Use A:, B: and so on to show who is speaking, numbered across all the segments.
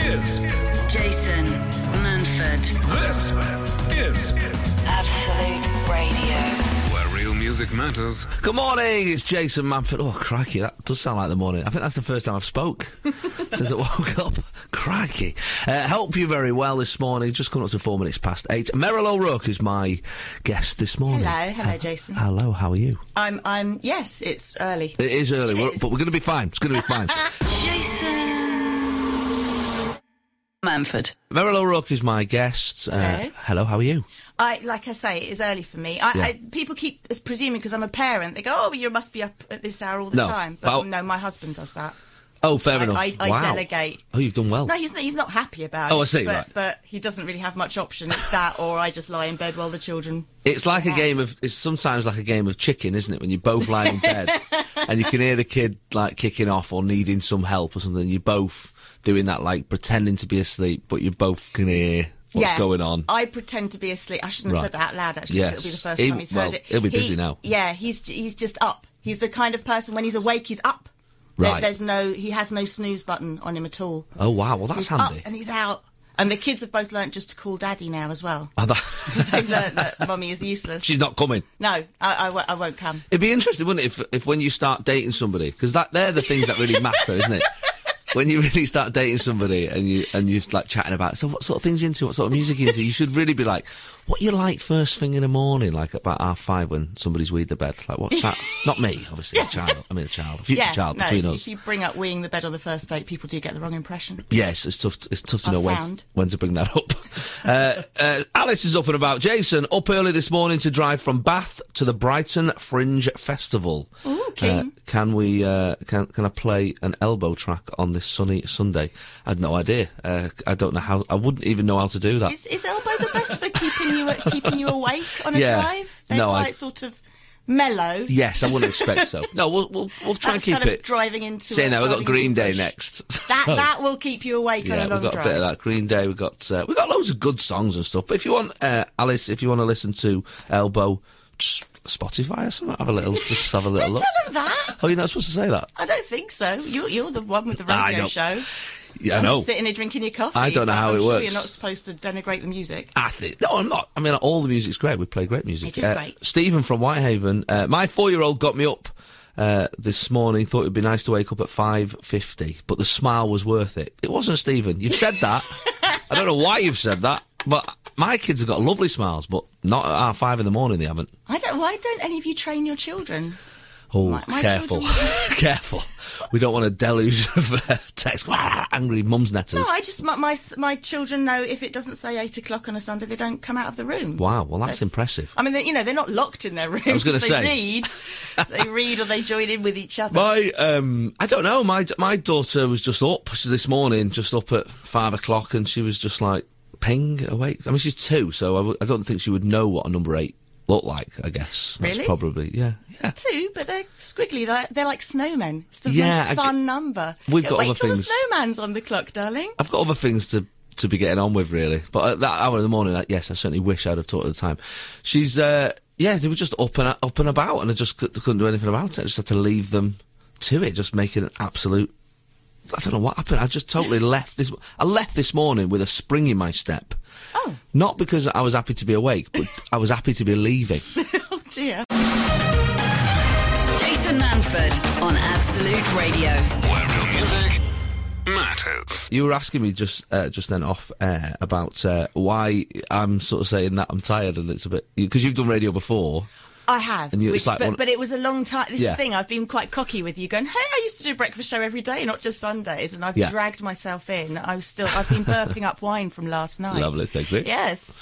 A: is
B: Jason Manford,
A: this is
B: Absolute Radio.
A: where real music matters.
C: Good morning, it's Jason Manford. Oh, crikey, that does sound like the morning. I think that's the first time I've spoke since I woke up. Crikey. Uh, help you very well this morning. Just come up to four minutes past eight. Meryl O'Rourke is my guest this morning.
D: Hello, hello, Jason.
C: Hello, how are you?
D: I'm, I'm, yes, it's early.
C: It is early, we're-
D: It's-
C: but we're going to be fine. It's going to be fine.
B: Jason Manford.
C: Meryl O'Rourke is my guest. Uh,
D: Hello.
C: hello, how are you?
D: I, like I say, it's early for me. I, I, people keep as presuming because I'm a parent, they go, oh, well, you must be up at this hour all the
C: No,
D: time.
C: but
D: But
C: I'll-
D: no, my husband does that.
C: Oh, fair
D: I-
C: enough.
D: I- I
C: wow.
D: delegate.
C: Oh, you've done well.
D: No, he's, he's not happy about it.
C: Oh, I see,
D: But,
C: right.
D: but he doesn't really have much option. It's that or I just lie in bed while the children.
C: It's like a
D: Yes.
C: game of. It's sometimes like a game of chicken, isn't it? When you both lie in bed and you can hear the kid like kicking off or needing some help or something. You're both doing that, like pretending to be asleep, but you both can hear what's
D: yeah,
C: going on.
D: I pretend to be asleep. I shouldn't have
C: Right.
D: said that out loud, actually, 'cause it'll be
C: Yes.
D: the first
C: He-
D: time he's
C: well,
D: heard it.
C: he'll be
D: He-
C: busy now.
D: Yeah, he's, j- he's just up. He's the kind of person when he's awake, he's up. There-
C: Right.
D: there's no, he has no snooze button on him at all.
C: oh wow! Well, that's
D: he's up
C: handy.
D: and he's out. And the kids have both learnt just to call daddy now as well.
C: Oh, that-
D: They've learnt that mummy is useless.
C: She's not coming.
D: No, I, I, wo- I won't come.
C: It'd be interesting, wouldn't it, if, if when you start dating somebody, because that they're the things that really matter, isn't it? When you really start dating somebody and you and you're like chatting about, so what sort of things you into, what sort of music you into, you should really be like, what you like first thing in the morning, like about half five when somebody's weed the bed, like what's that? Not me, obviously, a child. I mean, a child, a future
D: Yeah,
C: child
D: no,
C: between
D: if,
C: us.
D: if you bring up weeing the bed on the first date, people do get the wrong impression.
C: Yes, it's tough. It's tough to
D: I've
C: know when
D: found.
C: to, when to bring that up. uh, uh, Alice is up and about. Jason up early this morning to drive from Bath to the Brighton Fringe Festival.
D: Okay.
C: Uh, can we? Uh, can can I play an elbow track on this sunny Sunday? I had no idea. Uh, I don't know how. I wouldn't even know how to do that.
D: Is, is elbow the best for keeping you keeping you awake on a
C: Yeah.
D: drive? They're
C: No, I-
D: quite sort of mellow.
C: yes, I wouldn't expect so. No, we'll we'll, we'll try and
D: That's
C: keep
D: kind
C: it.
D: of driving into.
C: Say
D: it,
C: now we've got
D: driving
C: Green
D: into
C: Day
D: bush.
C: next. Oh,
D: That
C: So-
D: that will keep you awake on
C: Yeah,
D: a long
C: we've got
D: drive.
C: a bit of that Green Day. We've got uh, we've got loads of good songs and stuff. But if you want, uh, Alice, if you want to listen to Elbow, just Spotify or something, have a little, just have a little
D: Don't
C: look.
D: tell them that.
C: Oh, you're not supposed to say that.
D: I don't think so. You're you're the one with the
C: I
D: radio
C: don't-
D: show.
C: Yeah, I
D: I'm
C: know.
D: just sitting here drinking your coffee.
C: I don't know
D: but
C: how
D: I'm
C: it
D: sure
C: works.
D: You're not supposed to denigrate the music.
C: I think no, I'm not. I mean, all the music's great. We play great music.
D: It is
C: Uh,
D: great.
C: Stephen from Whitehaven. Uh, my four-year-old got me up uh, this morning. Thought it'd be nice to wake up at five fifty, but the smile was worth it. It wasn't, Stephen. You've said that. I don't know why you've said that, but my kids have got lovely smiles, but not at half five in the morning. They haven't.
D: I don't. Why don't any of you train your children?
C: Oh,
D: My- my
C: careful,
D: children
C: careful. We don't want a deluge of uh, text. Angry mums netters.
D: No, I just my, my my children know if it doesn't say eight o'clock on a Sunday, they don't come out of the room.
C: Wow, well, that's impressive.
D: I mean, they, you know, they're not locked in their room. I
C: was gonna
D: they
C: say.
D: read, they read, or they join in with each other.
C: My, um, I don't know. My my daughter was just up this morning, just up at five o'clock, and she was just like ping awake. I mean, she's two, so I, w- I don't think she would know what a number eight looked like. I guess That's
D: Really?
C: probably yeah, yeah.
D: Two, but they're squiggly. They're, they're like snowmen. It's the
C: Yeah, I
D: most
C: g-
D: fun number.
C: We've
D: Go,
C: got
D: Wait
C: other
D: till
C: things.
D: the snowman's on the clock, darling.
C: I've got other things to to be getting on with really. But at that hour in the morning, I, yes, I certainly wish I'd have taught her the time. She's uh, yeah, they were just up and up and about, and I just cou- couldn't do anything about it. I just had to leave them to it, just making an absolute. I don't know what happened. I just totally left this. I left this morning with a spring in my step.
D: Oh.
C: Not because I was happy to be awake, but I was happy to be leaving.
D: oh dear.
B: Jason Manford on Absolute Radio.
A: Where real music matters.
C: You were asking me just uh, just then off air about uh, why I'm sort of saying that I'm tired and it's a bit because you've done radio before.
D: I have,
C: And you- it's
D: which-
C: like
D: but,
C: one-
D: but it was a long time. This is
C: Yeah.
D: the thing I've been quite cocky with you, going, "Hey, I used to do breakfast show every day, not just Sundays," and I've
C: Yeah.
D: dragged myself in. I've still, I've been burping up wine from last night.
C: Lovely, sexy.
D: Yes,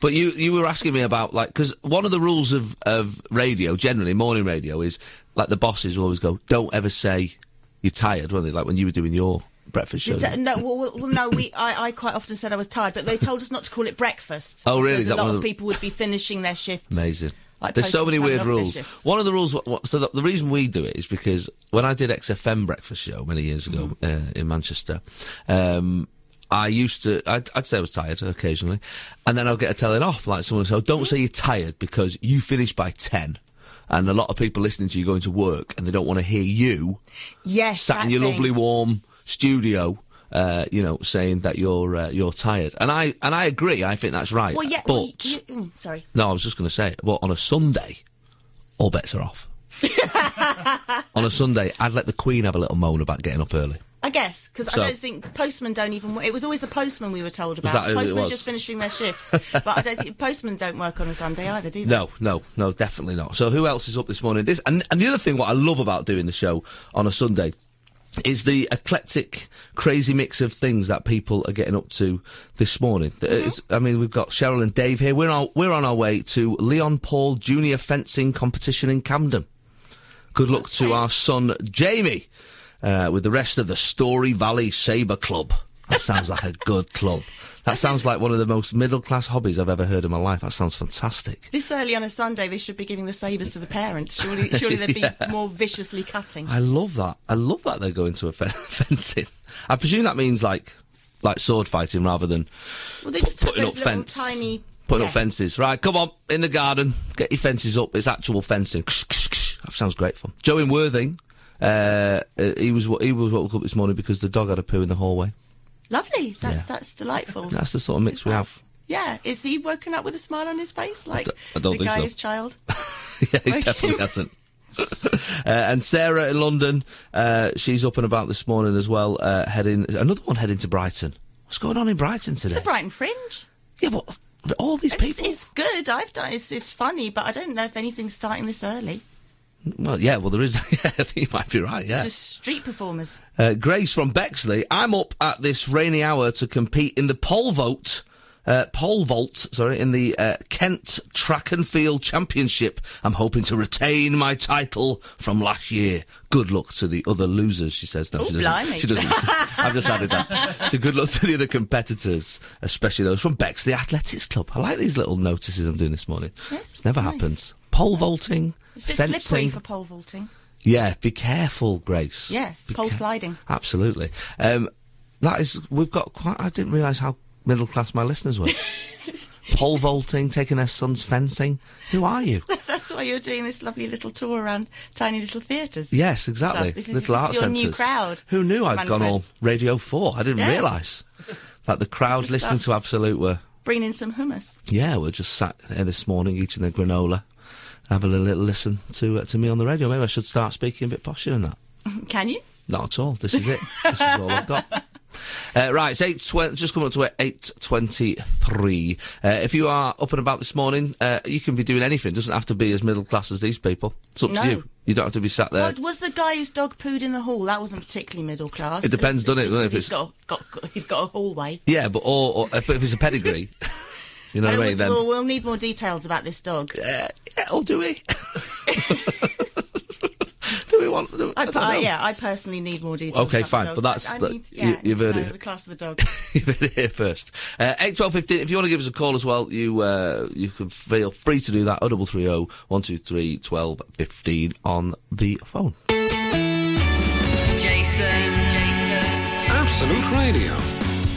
C: But you, you were asking me about like because one of the rules of of radio generally morning radio is like the bosses will always go don't ever say you're tired won't they like when you were doing your breakfast show.
D: Th- no, well, well, well, no. We, I, I quite often said I was tired, but they told us not to call it breakfast.
C: Oh, really? Is
D: Because
C: that
D: a lot
C: one
D: of,
C: of the-
D: people would be finishing their shifts.
C: Amazing.
D: Like
C: There's so many
D: posting coming
C: weird
D: off their
C: rules.
D: shifts.
C: One of the rules, what, what, so the, the reason we do it is because when I did XFM breakfast show many years ago
D: Mm-hmm.
C: uh, in Manchester, um, I used to, I'd, I'd say I was tired occasionally, and then I'll get a telling off, like someone would say, oh,
D: Mm-hmm.
C: don't say you're tired because you finish by 10. And a lot of people listening to you going to work and they don't want to hear you
D: Yes,
C: sat in
D: that
C: your
D: thing.
C: lovely warm studio uh, you know, saying that you're uh, you're tired. And I and I agree. I think that's right.
D: Well, yeah.
C: but
D: well, you- you- mm, sorry.
C: no, I was just going to say, well, on a Sunday, all bets are off. on a Sunday, I'd let the Queen have a little moan about getting up early.
D: I guess because
C: So-
D: I don't think postmen don't even. wo- It was always the postmen we were told
C: Was
D: about.
C: that who it
D: postmen
C: was?
D: just finishing their shifts, but I don't think postmen don't work on a Sunday either, do they?
C: No, no, no, definitely not. So who else is up this morning? This and, and the other thing, what I love about doing the show on a Sunday is the eclectic, crazy mix of things that people are getting up to this morning. Th- it's- I mean, we've got Cheryl and Dave here. We're on, we're on our way to Leon Paul Junior Fencing Competition in Camden. Good luck to our son Jamie uh, with the rest of the Story Valley Sabre Club. That sounds like a good club. That sounds like one of the most middle class hobbies I've ever heard in my life. That sounds fantastic.
D: This early on a Sunday, they should be giving the sabres to the parents. Surely, surely they'd be more viciously cutting.
C: I love that. I love that they're going to a fen- fencing. I presume that means like like sword fighting rather than
D: Well, they just took
C: putting
D: those
C: up
D: little
C: fence.
D: tiny.
C: putting
D: yeah.
C: up fences. Right, come on, in the garden, get your fences up. It's actual fencing. That sounds great fun. Joe in Worthing, uh, uh, he was what he was what woke up this morning because the dog had a poo in the hallway.
D: Lovely. That's that's delightful.
C: That's the sort of mix we have.
D: Oh. Yeah. Is he woken up with a smile on his face like
C: don't- I don't
D: the
C: think
D: guy
C: so.
D: his child?
C: yeah, he
D: Okay.
C: definitely hasn't. uh, and Sarah in London, uh, she's up and about this morning as well. Uh, heading another one heading to Brighton. What's going on in Brighton today?
D: The Brighton Fringe.
C: Yeah, but all these
D: It's,
C: people.
D: it's good. I've done. It's, it's funny, but I don't know if anything's starting this early.
C: Well, yeah, well, there is. Yeah, I think you might be right, yeah.
D: It's just street performers.
C: Uh, Grace from Bexley, I'm up at this rainy hour to compete in the pole vault. Uh, pole vault, sorry, in the uh, Kent Track and Field Championship. I'm hoping to retain my title from last year. Good luck to the other losers, she says. No,
D: Oh,
C: she doesn't.
D: blimey.
C: She doesn't. I've just added that. So good luck to the other competitors, especially those from Bexley Athletics Club. I like these little notices I'm doing this morning.
D: Yes,
C: it's never
D: nice.
C: happens. Pole vaulting,
D: It's a bit slippery
C: fencing.
D: for pole vaulting.
C: Yeah, be careful, Grace.
D: Yeah,
C: Be
D: pole sliding.
C: Absolutely. Um, that is, we've got quite. I didn't realise how middle class my listeners were. pole vaulting, taking their sons fencing. Who are you?
D: That's why you're doing this lovely little tour around tiny little theatres.
C: Yes, exactly.
D: This is-
C: Little
D: this
C: art
D: is your new
C: centres.
D: crowd,
C: Who knew i had gone
D: Manfred.
C: all Radio Four? I didn't
D: Yes.
C: realise that the crowd
D: Good
C: listening
D: stuff.
C: to Absolute were.
D: Bring in some hummus.
C: Yeah, we're just sat there this morning eating their granola, having a little listen to uh, to me on the radio. Maybe I should start speaking a bit posher than that.
D: Can you?
C: Not at all. This is it. this is all I've got. Uh, right, it's eight twen- just coming up to eight twenty-three. Uh, if you are up and about this morning, uh, you can be doing anything. It doesn't have to be as middle class as these people. It's up
D: No.
C: to you. You don't have to be sat there.
D: What was the guy whose dog pooed in the hall? That wasn't particularly middle class.
C: It depends,
D: It's-
C: doesn't it,
D: it's
C: doesn't it,
D: just
C: if
D: 'cause He's got, got, he's got a hallway.
C: yeah, but or, or if, if it's a pedigree, you know what I
D: Oh,
C: mean. Then
D: Well, we'll need more details about this dog.
C: uh, yeah, or do we? do we want? Do,
D: I,
C: don't
D: I-
C: know.
D: yeah, I personally need more details.
C: Okay,
D: about the
C: fine,
D: dog.
C: but that's-
D: I, I
C: that-
D: need,
C: you-
D: yeah, I need
C: you've
D: to
C: heard
D: know
C: it.
D: The class of the dog.
C: You've been here first. Uh, 8, 12, 15. If you want to give us a call as well, you uh, you can feel free to do that. oh, 0330 123 12 15 on the phone.
B: Jason. Jason.
A: Absolute Radio,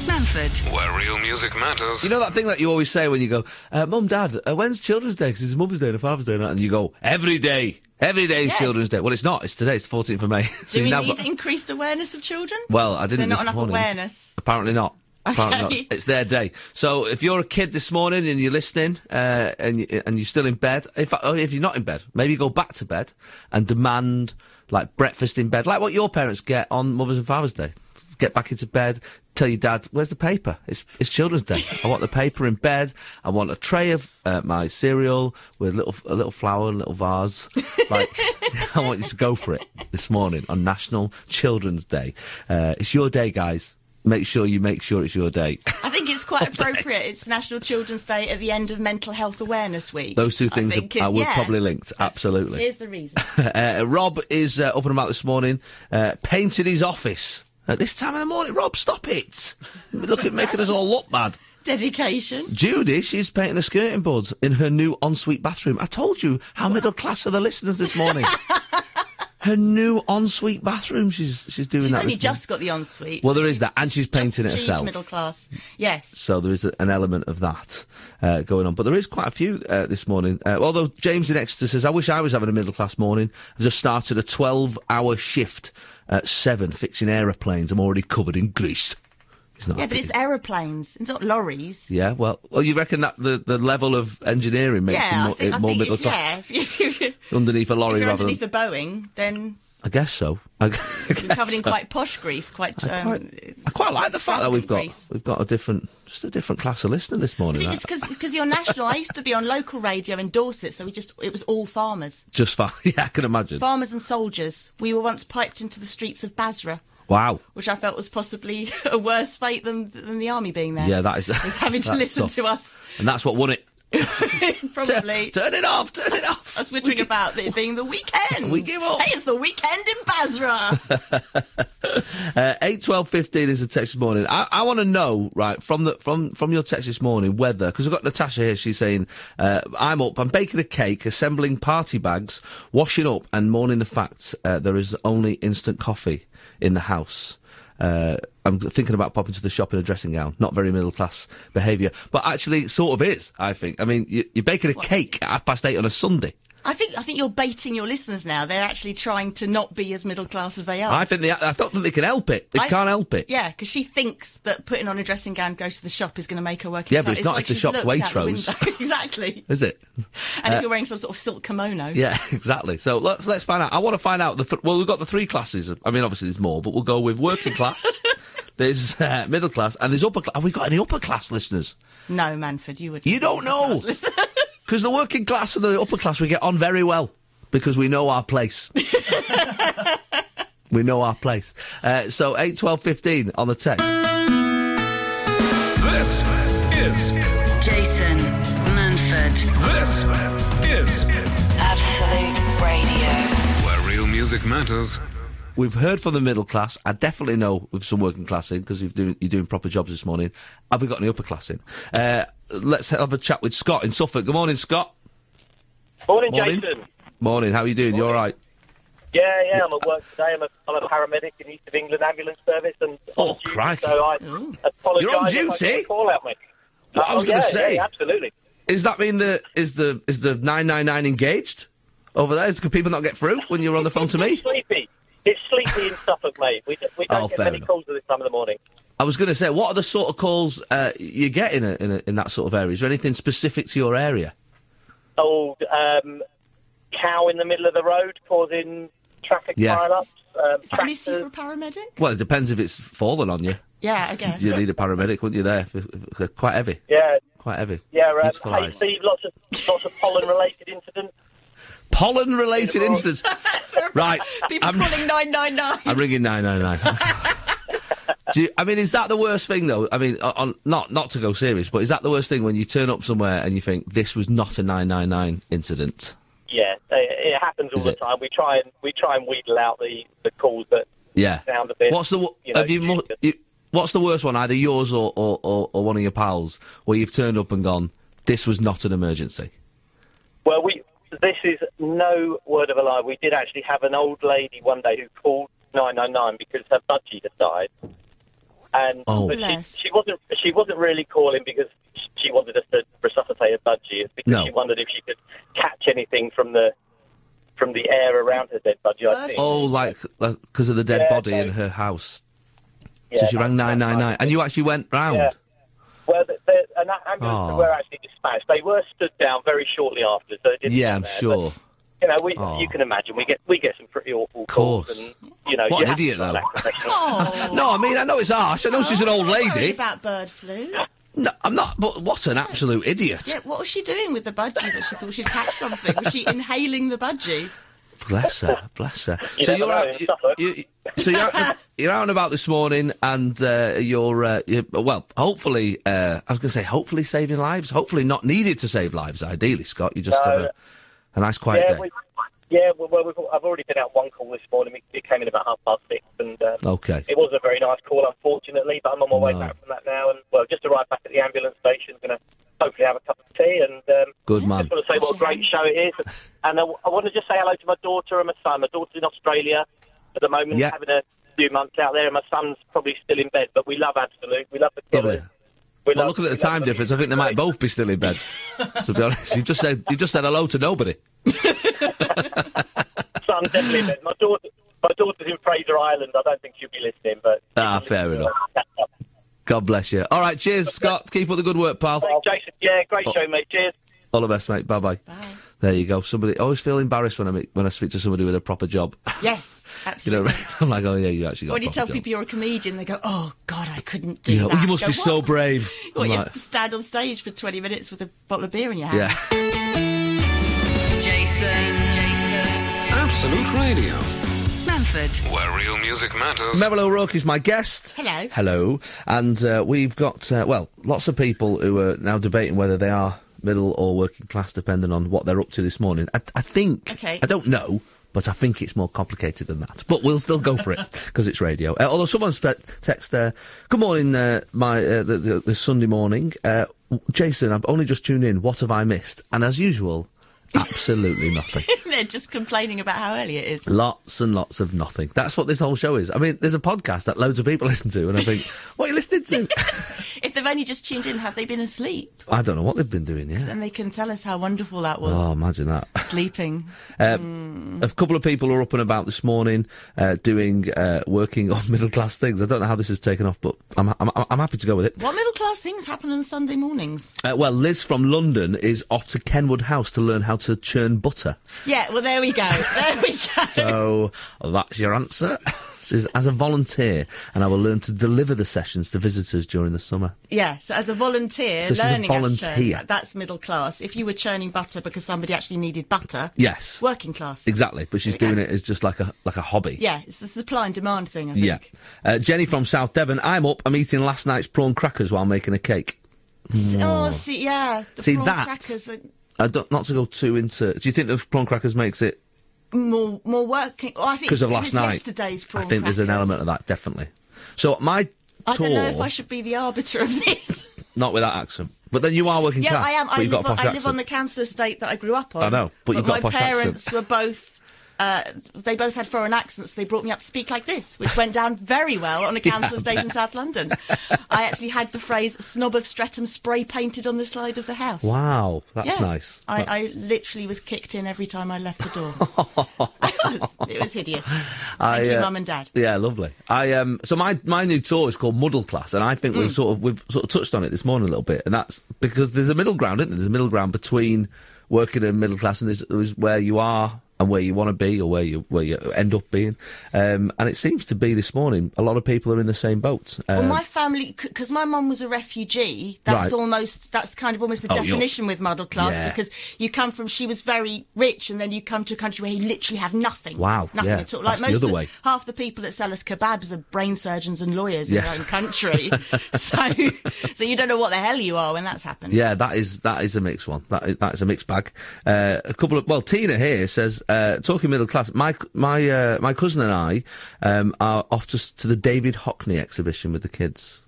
B: Manford.
A: where real music matters.
C: You know that thing that you always say when you go, uh, Mum, Dad, uh, when's Children's Day? Because it's Mother's Day and a Father's Day, night. and you go, every day. Every day is
D: Yes.
C: Children's Day. Well, it's not. It's today. It's the 14th of May. so
D: Do we
C: you've now
D: need
C: got-
D: increased awareness of children?
C: Well, I didn't
D: There's not
C: this
D: enough
C: morning.
D: awareness.
C: Apparently not. Apparently
D: Okay.
C: not. It's their day. So if you're a kid this morning and you're listening uh, and you, and you're still in bed, if oh, if you're not in bed, maybe go back to bed and demand like breakfast in bed, like what your parents get on Mother's and Father's Day. Get back into bed. Tell your dad, "Where's the paper? It's it's Children's Day. I want the paper in bed. I want a tray of uh, my cereal with little a little flower, and a little vase. Like I want you to go for it this morning on National Children's Day. Uh, it's your day, guys. Make sure you make sure it's your day.
D: I think it's quite appropriate. It's National Children's Day at the end of Mental Health Awareness Week.
C: Those two
D: I
C: things
D: think
C: are,
D: is-
C: are were
D: yeah.
C: probably linked. Absolutely.
D: Here's the reason.
C: uh, Rob is uh, up and about this morning, uh, painted his office at this time of the morning. Rob, stop it! Look at making us all look bad.
D: Dedication.
C: Judy, she's painting the skirting boards in her new ensuite bathroom. I told you how middle class are the listeners this morning. her new ensuite bathroom. She's she's doing
D: She's
C: that.
D: only
C: this morning.
D: just got the ensuite.
C: Well,
D: so
C: there is that, and she's painting it
D: achieved
C: herself.
D: Middle class. Yes.
C: So there is a- an element of that uh, going on. But there is quite a few uh, this morning. Uh, although James in Exeter says, I wish I was having a middle class morning. I've just started a 12 hour shift at 7 fixing aeroplanes. I'm already covered in grease. It's not
D: Yeah, but
C: happening.
D: it's e- aeroplanes. It's not lorries.
C: Yeah, well, well, you reckon that the, the level of engineering makes
D: Yeah,
C: them
D: I
C: more,
D: think, I
C: more
D: think
C: middle
D: if, yeah,
C: class
D: if, you- if, you-
C: underneath a
D: if
C: lorry
D: you're
C: rather
D: underneath
C: than.
D: a Boeing, then
C: I guess so. I, g- I
D: you're
C: guess
D: covered in
C: so.
D: quite posh grease, quite.
C: I
D: Um,
C: quite, I quite like the fact that we've got
D: grease.
C: we've got a different just a different class of listener this morning.
D: It's
C: that-
D: because you're national. I used to be on local radio in Dorset, so we just it was all farmers,
C: just fine. Yeah, I can imagine.
D: farmers and soldiers. We were once piped into the streets of Basra,
C: Wow.
D: which I felt was possibly a worse fate than than the army being there.
C: Yeah, that is-
D: was having to
C: that's
D: listen
C: tough.
D: to us.
C: And that's what won it.
D: Probably
C: Turn it off. Turn it off.
D: us whittling about it being the weekend.
C: We give up.
D: Hey, it's the weekend in Basra.
C: Uh, Eight twelve fifteen is the text this morning. I, I want to know right from the from from your text this morning whether because I've got Natasha here. She's saying uh, I'm up. I'm baking a cake, assembling party bags, washing up, and mourning the fact uh, there is only instant coffee in the house. Uh, I'm thinking about popping to the shop in a dressing gown. Not very middle class behaviour, but actually, it sort of is. I think. I mean, you, you're baking a cake at half past eight on a Sunday.
D: I think I think you're baiting your listeners now. They're actually trying to not be as middle class as they are.
C: I think they. I don't think they can help it. They
D: I-
C: can't help it.
D: Yeah, because she thinks that putting on a dressing gown, go to the shop, is going to make her work. in
C: Yeah, but
D: class.
C: it's not if the
D: she's
C: shop's
D: looked out the
C: Waitrose.
D: window. exactly.
C: Is it?
D: And if you're wearing some sort of silk kimono,
C: Yeah, exactly. So let's let's find out. I want to find out the th- well. We've got the three classes. I mean, obviously there's more, but we'll go with working class. there's uh, middle class, and there's upper. Cl- have we got any upper class listeners?
D: no, Manford, you would.
C: You don't know because the working class and the upper class we get on very well because we know our place. we know our place. Uh, so eight, twelve, fifteen on the text.
A: This is
B: Jason Manford.
A: this is
B: Absolute Radio.
A: where real music matters.
C: We've heard from the middle class. I definitely know with some working class in because you're doing, you're doing proper jobs this morning. Have we got any upper class in? Uh, let's have a chat with Scott in Suffolk. Good morning, Scott.
E: Morning,
C: Morning.
E: Jason.
C: Morning. How are you doing? You all right?
E: Yeah, yeah, I'm at work today. I'm a, I'm a paramedic in East of England Ambulance Service, and
C: Oh,
E: on duty,
C: crikey.
E: So I apologise.
C: You're on
E: if I
C: duty?
E: get a Call out, mate.
C: What I was
E: oh,
C: gonna
E: yeah,
C: say.
E: yeah, absolutely.
C: Is that mean the is the is the nine nine nine engaged over there? Is, could people not get through when you're on the phone to me?
E: Sleepy. It's sleepy in Suffolk, mate. We, d- we don't
C: Oh,
E: get
C: fair
E: many
C: enough.
E: calls at this time of the morning.
C: I was going to say, what are the sort of calls uh, you get in a, in, a, in that sort of area? Is there anything specific to your area?
E: Old um, cow in the middle of the road causing traffic
C: Yeah.
E: pile-ups. Um,
D: Is that an issue for a
E: tractors.
D: paramedic?
C: Well, it depends if it's fallen on you.
D: Yeah, I guess.
C: You need a paramedic, wouldn't you? There, if, if they're quite heavy,
E: Yeah,
C: quite heavy.
E: yeah.
C: Beautiful
E: Um, hey,
C: eyes.
E: Steve, lots of lots of pollen-related incidents.
C: pollen related
E: Beautiful.
C: incidents. right.
D: People
C: I'm-
D: calling nine nine nine.
C: I'm ringing 999. Do you, I mean, is that the worst thing though? I mean, on- on, not not to go serious, but is that the worst thing when you turn up somewhere and you think this was not a 999 incident?
E: Yeah, it, it happens all
C: Is
E: the
C: it?
E: time. We try and we try and wheedle out the, the calls that
C: Yeah.
E: sound a bit.
C: what's the wo-
E: you know,
C: have you, mu-
E: stupid.
C: you, what's the worst one? Either yours or, or, or, or one of your pals, where you've turned up and gone, this was not an emergency.
E: Well, we this is no word of a lie. We did actually have an old lady one day who called nine nine nine because her budgie had died, and
C: Oh.
E: but she,
D: Bless.
E: she wasn't she wasn't really calling because sh- she wanted us to resuscitate her budgie. It's because
C: No.
E: she wondered if she could catch anything from the from the air around her dead budgie. I think.
C: Oh, like because of the dead
E: Yeah,
C: body in
E: so-
C: her house.
E: Yeah,
C: so she rang
E: that's- that's
C: 999,
E: right.
C: and you actually went round.
E: Yeah. Well, the, the, an ambulance
C: Aw.
E: were actually dispatched. They were stood down very shortly after, so it didn't
C: Yeah,
E: come
C: I'm
E: there,
C: sure.
E: But, you know, we,
C: Aw.
E: you can imagine we get we get some pretty awful
C: Course.
E: calls, and you know,
C: What
E: you
C: an
E: have to
C: idiot,
E: try
C: though.
E: that professional.
D: Oh.
C: No, I mean I know it's harsh. I know she's an old
D: Don't worry
C: lady.
D: about bird flu.
C: No, I'm not. But what an absolute idiot!
D: Yeah, what was she doing with the budgie that she thought she'd catch something? Was she inhaling the budgie?
C: Bless her, bless her.
E: You never know in Suffolk.
C: you- so you're out, you're out and about this morning, and uh, you're, uh, you well, hopefully, uh, I was going to say, hopefully saving lives. Hopefully, not needed to save lives. Ideally, Scott, you just
E: No.
C: have a, a nice quiet
E: yeah,
C: day.
E: we, yeah. Well, well, we've, I've already been out one call this morning. It- It came in about half past six, and um,
C: Okay.
E: it wasn't a very nice call, unfortunately. But I'm on my way
C: No.
E: back from that now, and well, just arrived back at the ambulance station. Going to hopefully have a cup of tea, and um,
C: Good
E: I
C: man.
E: just want to say what a great show it is. And I, want to just say hello to my daughter and my son. My daughter's in Australia at the moment,
C: Yeah.
E: having a few months out there, and my son's probably still in bed. But we love Absolute. We love the
C: Lovely.
E: killers. We
C: Well,
E: love-
C: looking at
E: we
C: the
E: love
C: time
E: the
C: difference, I think they might
E: music.
C: both be still in bed. to be honest, you just said you just said hello to nobody.
E: My son's definitely in bed. My, daughter, my daughter's in Fraser Island. I don't think she'll be listening, but.
C: Ah, fair enough. God bless you. All right, cheers, Scott. Keep up the good work, pal.
F: Thanks, Jason. Yeah, great
C: Oh.
F: show, mate. Cheers.
C: All the best, mate. Bye bye.
D: Bye.
C: There you go. Somebody I always feel embarrassed when I make, when I speak to somebody with a proper job.
D: Yes,
C: you know,
D: absolutely.
C: what I mean? I'm like, oh yeah, you actually got.
D: when
C: a
D: you
C: proper
D: tell
C: job.
D: people you're a comedian, they go, "Oh God, I couldn't do
C: you, know,
D: that."
C: you must
D: Go,
C: be so
D: "What?"
C: brave.
D: What,
C: I'm
D: you
C: like,
D: have to stand on stage for 20 minutes with a bottle of beer in your hand.
C: yeah.
B: Jason. Jason.
A: Absolute Radio,
B: Manford.
A: where real music matters.
C: Meryl O'Rourke is my guest.
D: Hello.
C: Hello. And uh, we've got, uh, well, lots of people who are now debating whether they are middle or working class, depending on what they're up to this morning. I, I think,
D: Okay.
C: I don't know, but I think it's more complicated than that. But we'll still go for it because it's radio. Uh, although someone's pe- text, uh, good morning, uh, my uh, the, the, the Sunday morning. Uh, w- Jason, I've only just tuned in. What have I missed? And as usual, absolutely nothing.
D: They're just complaining about how early it is.
C: Lots and lots of nothing. That's what this whole show is. I mean, there's a podcast that loads of people listen to, and I think, what are you listening to?
D: If they've only just tuned in, have they been asleep?
C: I don't know what they've been doing, yeah.
D: Then they can tell us how wonderful that was.
C: Oh, imagine that. Uh,
D: Sleeping.
C: A couple of people are up and about this morning, uh, doing, uh, working on middle class things. I don't know how this has taken off, but I'm, I'm, I'm happy to go with it.
D: What middle class things happen on Sunday mornings?
C: Uh, well, Liz from London is off to Kenwood House to learn how to churn butter.
D: Yeah, well, there we go. There we go.
C: So that's your answer. Says, as a volunteer, and I will learn to deliver the sessions to visitors during the summer.
D: yeah, so as a volunteer,
C: So she's a
D: learning how to churn,
C: volunteer.
D: that- that's middle class. If you were churning butter because somebody actually needed butter,
C: Yes.
D: working class.
C: Exactly, but she's
D: There we
C: doing it as just like a like a hobby.
D: Yeah, it's the supply and demand thing, I think.
C: Yeah. Uh, Jenny from South Devon. I'm up. I'm eating last night's prawn crackers while making a cake.
D: S- Oh, see, yeah. The
C: Mm. See,
D: prawn
C: that-
D: Crackers are
C: I don't, not to go too into. Do you think the prawn crackers makes it
D: more, more working. Oh, I think
C: because
D: it's
C: of last night?
D: Yesterday's prawn
C: I think there's an
D: crackers.
C: element of that definitely. So my
D: I
C: tour,
D: don't know if I should be the arbiter of this.
C: not with that accent, but then you are working
D: yeah,
C: class.
D: I am.
C: But
D: I
C: you've
D: live,
C: got a
D: on,
C: posh
D: I live on the
C: accent.
D: council estate that I grew up on.
C: I know, but you've got a
D: my
C: posh accent.
D: parents were both. Uh, they both had foreign accents. They brought me up to speak like this, which went down very well on a council estate in South London. I actually had the phrase "snob of Streatham" spray painted on the slide of the house.
C: Wow, that's
D: Yeah.
C: nice.
D: I, I
C: That's-
D: literally was kicked in every time I left the door. I was. It was hideous. Thank you,
C: uh,
D: mum and dad.
C: Yeah, lovely. I um, so my my new tour is called Muddle Class, and I think
D: Mm.
C: we've sort of we've sort of touched on it this morning a little bit, and that's because there's a middle ground, isn't there? There's a middle ground between working in middle class and there's, there's where you are and where you want to be or where you where you end up being, um, and it seems to be this morning a lot of people are in the same boat. Um,
D: Well, my family, because my mum was a refugee, that's
C: Right.
D: almost, that's kind of almost the
C: Oh, yours.
D: definition with middle class
C: Yeah.
D: because you come from, she was very rich and then you come to a country where you literally have nothing.
C: Wow,
D: Nothing
C: yeah,
D: at all.
C: that's the other
D: of,
C: way.
D: half the people that sell us kebabs are brain surgeons and lawyers
C: Yes.
D: in their own country. so, so you don't know what the hell you are when that's happened.
C: Yeah, that is that is a mixed one. That is, that is a mixed bag. Uh, a couple of well, Tina here says uh, talking middle class. My c- my uh, my cousin and I um, are off to, s- to the David Hockney exhibition with the kids.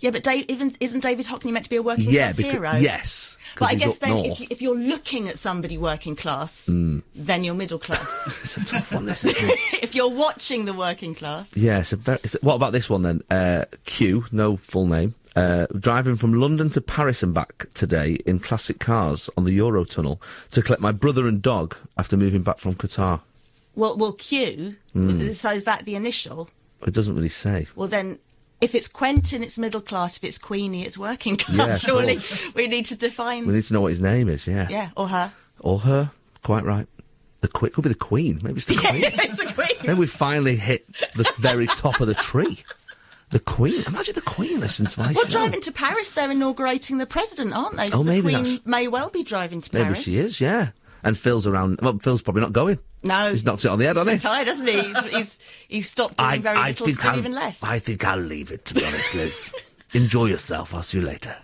D: Yeah, but Dave, even, isn't David Hockney meant to be a working
C: yeah,
D: class
C: becau-
D: hero?
C: yes. 'cause
D: But I
C: he's
D: guess
C: up
D: then,
C: north. Mm.
D: if, you, if you're looking at somebody working class, then you're middle class.
C: it's a tough one, this isn't it?
D: if you're watching the working class,
C: yeah. It's a very, it's a- what about this one then? Uh, Q, no full name. Uh, driving from London to Paris and back today in classic cars on the Euro Tunnel to collect my brother and dog after moving back from Qatar.
D: Well, well, Q.
C: Hmm.
D: So is that the initial?
C: It doesn't really say.
D: Well, then, if it's Quentin, it's middle class. If it's Queenie, it's working class.
C: Yeah, of
D: Surely
C: course.
D: we need to define.
C: We need to know what his name is.
D: yeah, or her.
C: Or her. Quite right. The que- could be the queen. Maybe it's the queen.
D: it's a
C: Then
D: queen.
C: we finally hit the very top of the tree. The queen. Imagine the queen listening to my
D: Well,
C: show.
D: driving to Paris, they're inaugurating the president, aren't they? So
C: Oh,
D: the
C: maybe
D: Queen
C: that's-
D: may well be driving to
C: Maybe
D: Paris.
C: she is, yeah. And Phil's around. Well, Phil's probably not going.
D: No.
C: He's knocked it on the head, hasn't
D: He's
C: he?
D: tired, hasn't he? He's, he's, he's stopped doing very little, still
C: I'll,
D: even less.
C: I think I'll leave it, to be honest, Liz. Enjoy yourself. I'll see you later.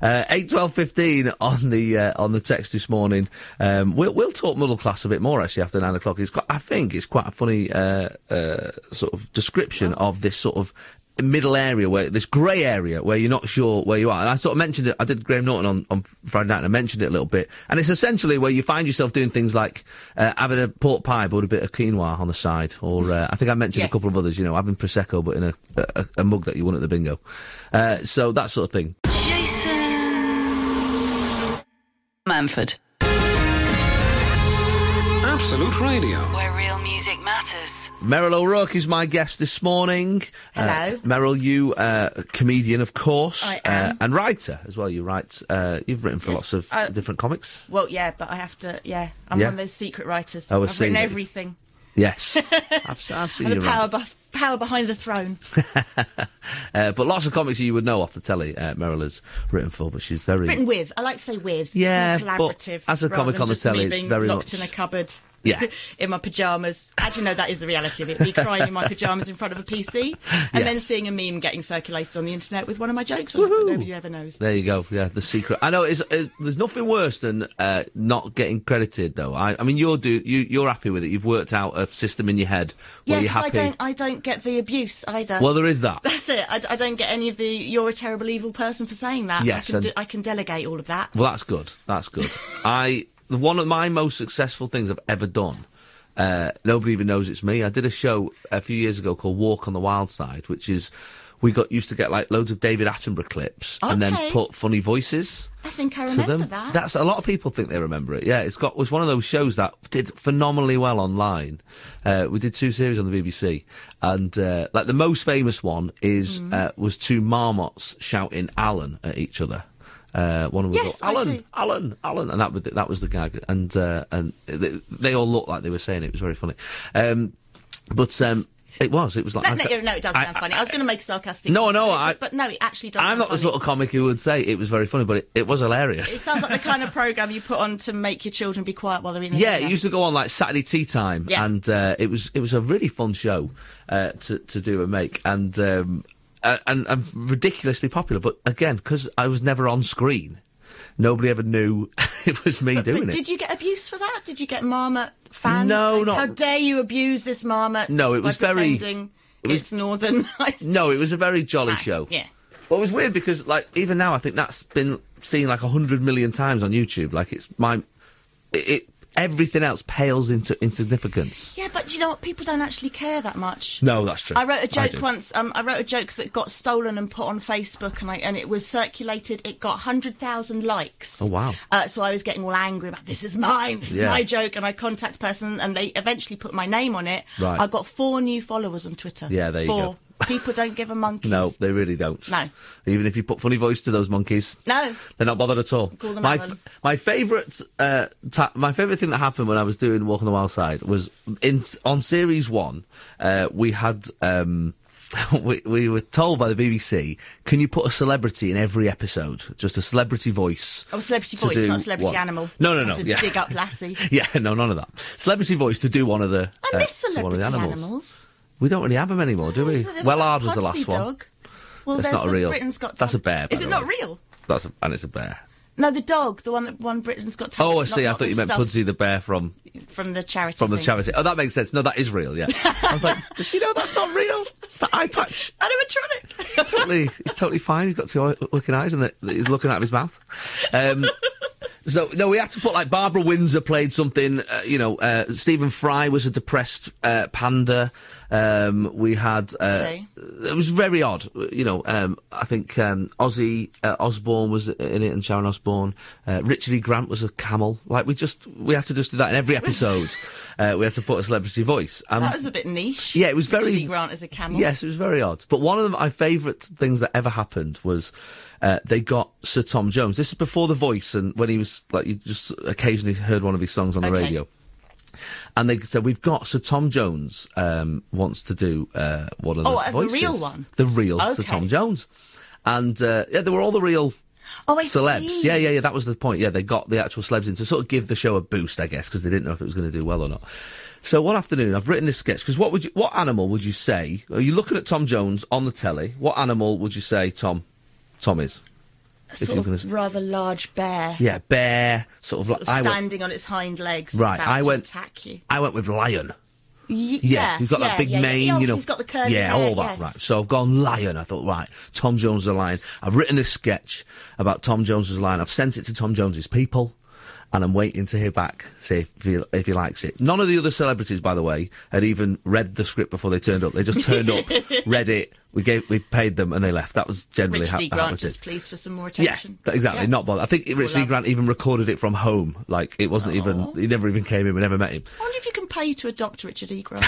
C: Uh, Eight, twelve, fifteen on the uh, on the text this morning. Um, we'll we'll talk middle class a bit more actually after nine o'clock. It's quite, I think it's quite a funny uh, uh, sort of description of this sort of middle area where this grey area where you're not sure where you are. And I sort of mentioned it. I did Graham Norton on, on Friday night and I mentioned it a little bit. And it's essentially where you find yourself doing things like uh, having a pork pie but with a bit of quinoa on the side, or uh, I think I mentioned a
D: Yeah.
C: couple of others. You know, having prosecco but in a a, a mug that you won at the bingo. Uh, so that sort of thing.
B: Jason. Manford.
A: Absolute Radio.
B: Where real music matters. Matters.
C: Meryl O'Rourke is my guest this morning. Uh,
D: Hello.
C: Meryl, you uh, a comedian, of course,
D: I am.
C: Uh, and writer as well. You write. Uh, you've written for lots
D: Yes,
C: of
D: I-
C: different comics.
D: Well, yeah, but I have to. Yeah, I'm
C: Yeah.
D: one of those secret writers.
C: I was
D: I've
C: seeing
D: written
C: that.
D: everything.
C: Yes, I've, I've seen
D: I'm
C: you.
D: the
C: write.
D: power, buff, power behind the throne.
C: Uh, but lots of comics you would know off the telly. Uh, Meryl has written for, but she's very
D: Written with. I like to say with. It's
C: Yeah,
D: more
C: but
D: collaborative.
C: as a
D: rather
C: comic
D: than
C: on the
D: just
C: telly,
D: me
C: it's
D: being
C: very
D: locked
C: much-
D: in a cupboard.
C: Yeah.
D: in my pajamas. Actually, no, that is the reality of it. Me crying in my pajamas in front of a PC, and then
C: Yes.
D: seeing a meme getting circulated on the internet with one of my jokes on it
C: Woohoo.
D: that nobody ever knows.
C: There you go. Yeah, the secret. I know. It's, it, there's nothing worse than uh, not getting credited, though. I, I mean, you're do you, you're happy with it. You've worked out a system in your head
D: Yeah,
C: where you're
D: because I
C: happy.
D: don't, I don't get the abuse either.
C: Well, there is that.
D: That's it. I, d- I don't get any of the "you're a terrible evil person" for saying that.
C: Yes,
D: I can,
C: and-
D: do, I can delegate all of that.
C: Well, that's good. That's good. I the one of my most successful things I've ever done. Uh, nobody even knows it's me. I did a show a few years ago called Walk on the Wild Side, which is we got used to get like loads of David Attenborough clips and then
D: Okay.
C: put funny voices.
D: I think I
C: to
D: remember
C: them.
D: that.
C: That's a lot of people think they remember it. Yeah, it's got was one of those shows that did phenomenally well online. Uh, we did two series on the BBC, and uh, like the most famous one is
D: Mm-hmm.
C: uh, was two marmots shouting "Alan" at each other. Uh, one of them was
D: Yes, I
C: Alan,
D: do.
C: Alan, Alan, and that was the, that was the gag, and uh, and they, they all looked like they were saying it. It was very funny, um, but um, it was it was like
D: No,
C: I
D: no,
C: fe-
D: no, it does
C: I-
D: sound funny. I, was going to make a sarcastic.
C: No, no,
D: but,
C: I-
D: but no, it actually does.
C: I'm
D: sound
C: not the
D: funny.
C: sort of comic who would say it was very funny, but it, it was hilarious.
D: It sounds like the kind of program you put on to make your children be quiet while they're eating.
C: Yeah,
D: dinner.
C: it used to go on like Saturday tea time,
D: Yeah.
C: and uh, it was it was a really fun show uh, to to do and make, and um, a- and, and ridiculously popular. But again, because I was never on screen, nobody ever knew it was me doing
D: But
C: it.
D: did you get abuse for that? Did you get marmot fans?
C: No, not-
D: How dare you abuse this marmot?
C: No, it was
D: by
C: very-
D: pretending
C: it was-
D: It's northern.
C: No, it was a very jolly
D: Right,
C: show.
D: yeah.
C: Well, it was weird because, like, even now, I think that's been seen like a hundred million times on YouTube. Like, it's my, it, it everything else pales into insignificance.
D: Yeah, but you know what? People don't actually care that much.
C: No, that's true.
D: I wrote a
C: do.
D: joke once. Um, I wrote a joke that got stolen and put on Facebook, and I and it was circulated. It got hundred thousand likes.
C: Oh, wow.
D: Uh, so I was getting all angry about this is mine, this
C: Yeah.
D: is my joke, and I contact person, and they eventually put my name on it.
C: Right.
D: I got four new followers on Twitter.
C: Yeah, there you
D: four.
C: go.
D: People don't give a monkey's.
C: No, they really don't.
D: No.
C: Even if you put funny voice to those monkeys.
D: No.
C: They're not bothered at all.
D: Call them
C: my
D: Alan.
C: my favorite uh, ta- my favorite thing that happened when I was doing Walk on the Wild Side was in on series 1 uh, we had um, we, we were told by the BBC, can you put a celebrity in every episode? Just a celebrity voice.
D: Oh, celebrity
C: to
D: voice,
C: do
D: not celebrity
C: one.
D: animal.
C: No, no,
D: I
C: no.
D: have to
C: yeah.
D: dig up Lassie.
C: yeah, no, none of that. Celebrity voice to do one of the.
D: I
C: uh,
D: miss
C: to one of
D: celebrity
C: the
D: animals.
C: We don't really have them anymore, do we?
D: There was
C: Well,
D: that
C: Ard was the
D: Podsy
C: last one.
D: dog. Well,
C: That's
D: there's
C: not a
D: the
C: real-
D: Britain's Got
C: that's a bear,
D: Talent.
C: by
D: Is
C: the
D: it not
C: way.
D: real?
C: That's a, and it's a bear.
D: No, the dog, the one that won Britain's Got Talent.
C: Oh, I see. I
D: Not- not
C: thought
D: the
C: you meant
D: stuffed-
C: Pudsey the bear from
D: from the charity.
C: from the
D: thing.
C: charity. Oh, that makes sense. No, that is real. Yeah. I was like, does she know that's not real? It's the eye patch.
D: Animatronic.
C: Totally, he's totally fine. He's got two eye- looking eyes, and the, he's looking out of his mouth. Um, so no, we had to put like Barbara Windsor played something. Uh, you know, uh, Stephen Fry was a depressed uh, panda. Um, we had uh,
D: Okay.
C: it was very odd. You know, um, I think um, Ozzy uh, Osbourne was in it, and Sharon Osbourne. Uh, Richard E. Grant was a camel. Like we just we had to just do that in every episode. uh, we had to put a celebrity voice. Um,
D: that was a bit niche.
C: yeah, it was
D: Richard
C: very-
D: E. Grant as a camel.
C: Yes, it was very odd. But one of the- my favourite things that ever happened was uh, they got Sir Tom Jones. This is before The Voice, and when he was like, you just occasionally heard one of his songs on the
D: Okay.
C: radio. And they said, "We've got Sir Tom Jones um, wants to do uh, one of
D: Oh,
C: the
D: uh, the
C: voices,
D: real one?
C: the real Sir
D: Okay.
C: Tom Jones." And uh, yeah, they were all the real
D: Oh, I
C: celebs.
D: see.
C: Yeah, yeah, yeah. That was the point. Yeah, they got the actual celebs in to sort of give the show a boost, I guess, because they didn't know if it was going to do well or not. So one afternoon, I've written this sketch because what would you, what animal would you say? Are you looking at Tom Jones on the telly? What animal would you say Tom, Tom is?
D: Sort
C: you're
D: of
C: gonna s-
D: rather large bear.
C: Yeah, bear, sort of. like
D: Sort of
C: I went,
D: standing on its hind legs,
C: Right,
D: about
C: I
D: to
C: went-
D: attack you.
C: I went with lion.
D: Y-
C: Yeah, you've got
D: yeah,
C: that big
D: yeah, yeah.
C: mane,
D: Oh,
C: you
D: 'cause
C: know.
D: He's got the curly
C: yeah,
D: hair,
C: all that,
D: yes.
C: right. So I've gone lion. I thought, right, Tom Jones is a lion. I've written a sketch about Tom Jones as a lion. I've sent it to Tom Jones's people. and I'm waiting to hear back, see if he, if he likes it. None of the other celebrities, by the way, had even read the script before they turned up. They just turned up, read it, we gave, we paid them, and they left. That was generally
D: Richard
C: how,
D: E.
C: how
D: Grant
C: it is.
D: just please for some more
C: Yeah,
D: attention.
C: th- exactly.
D: Yeah.
C: Not bother. I think Richard E.
D: love. Oh.
C: Grant even recorded it from home. Like it wasn't even. He never even came in. We never met him.
D: I wonder if you can pay to adopt Richard E. Grant.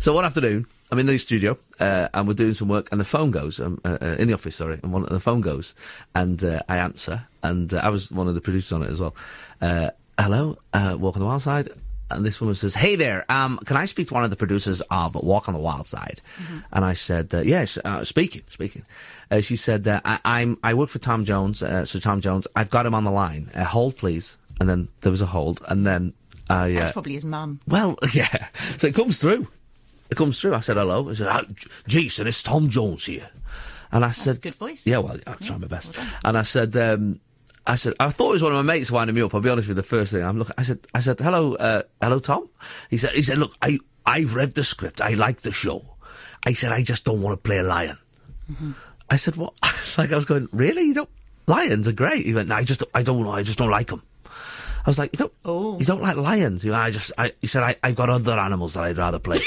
C: So one afternoon, I'm in the studio uh, and we're doing some work, and the phone goes um, uh, uh, in the office. Sorry, and one the phone goes, and uh, I answer, and uh, I was one of the producers on it as well. Uh, Hello, uh, Walk on the Wild Side. And this woman says, "Hey there, um, can I speak to one of the producers of Walk on the Wild Side?" And I said, uh, "Yes, uh, speaking, speaking." Uh, she said, uh, I- "I'm I work for Tom Jones, uh, Sir Tom Jones. I've got him on the line. Uh, hold, please." And then there was a hold, and then I uh,
D: That's probably his mum.
C: well, yeah. So it comes through. It comes through. I said hello. I said, "Oh, J- Jason, it's Tom Jones here. And I said,
D: good voice.
C: Yeah, well, I'm trying my best. and I said, um, I said, I thought it was one of my mates winding me up. I'll be honest with you. The first thing I'm looking, I said, I said, hello, uh, hello, Tom. He said, he said, look, I, I've read the script. I like the show. I said, I just don't want to play a lion. I said, "What?" like I was going, "Really? You don't? Lions are great." He went, "No, I just, I don't, I just don't like them." I was like, "You don't,
D: Oh.
C: you don't like lions?" He went, I just, I, he said, I, "I've got other animals that I'd rather play."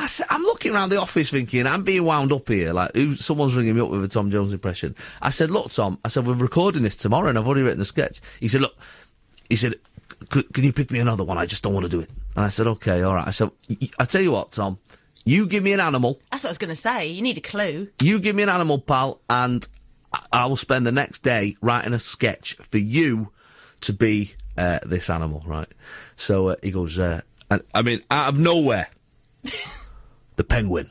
C: I said, I'm looking around the office thinking, I'm being wound up here. Like, who, someone's ringing me up with a Tom Jones impression. I said, look, Tom, I said, we're recording this tomorrow and I've already written the sketch. He said, look, he said, "C- can you pick me another one? I just don't want to do it. And I said, okay, all right. I said, "Y- y- I tell you what, Tom, you give me an animal
D: That's what I was going to say. You need a clue.
C: you give me an animal, pal, and I- I will spend the next day writing a sketch for you to be uh, this animal, right? So uh, he goes, uh, and, I mean, out of nowhere, the penguin.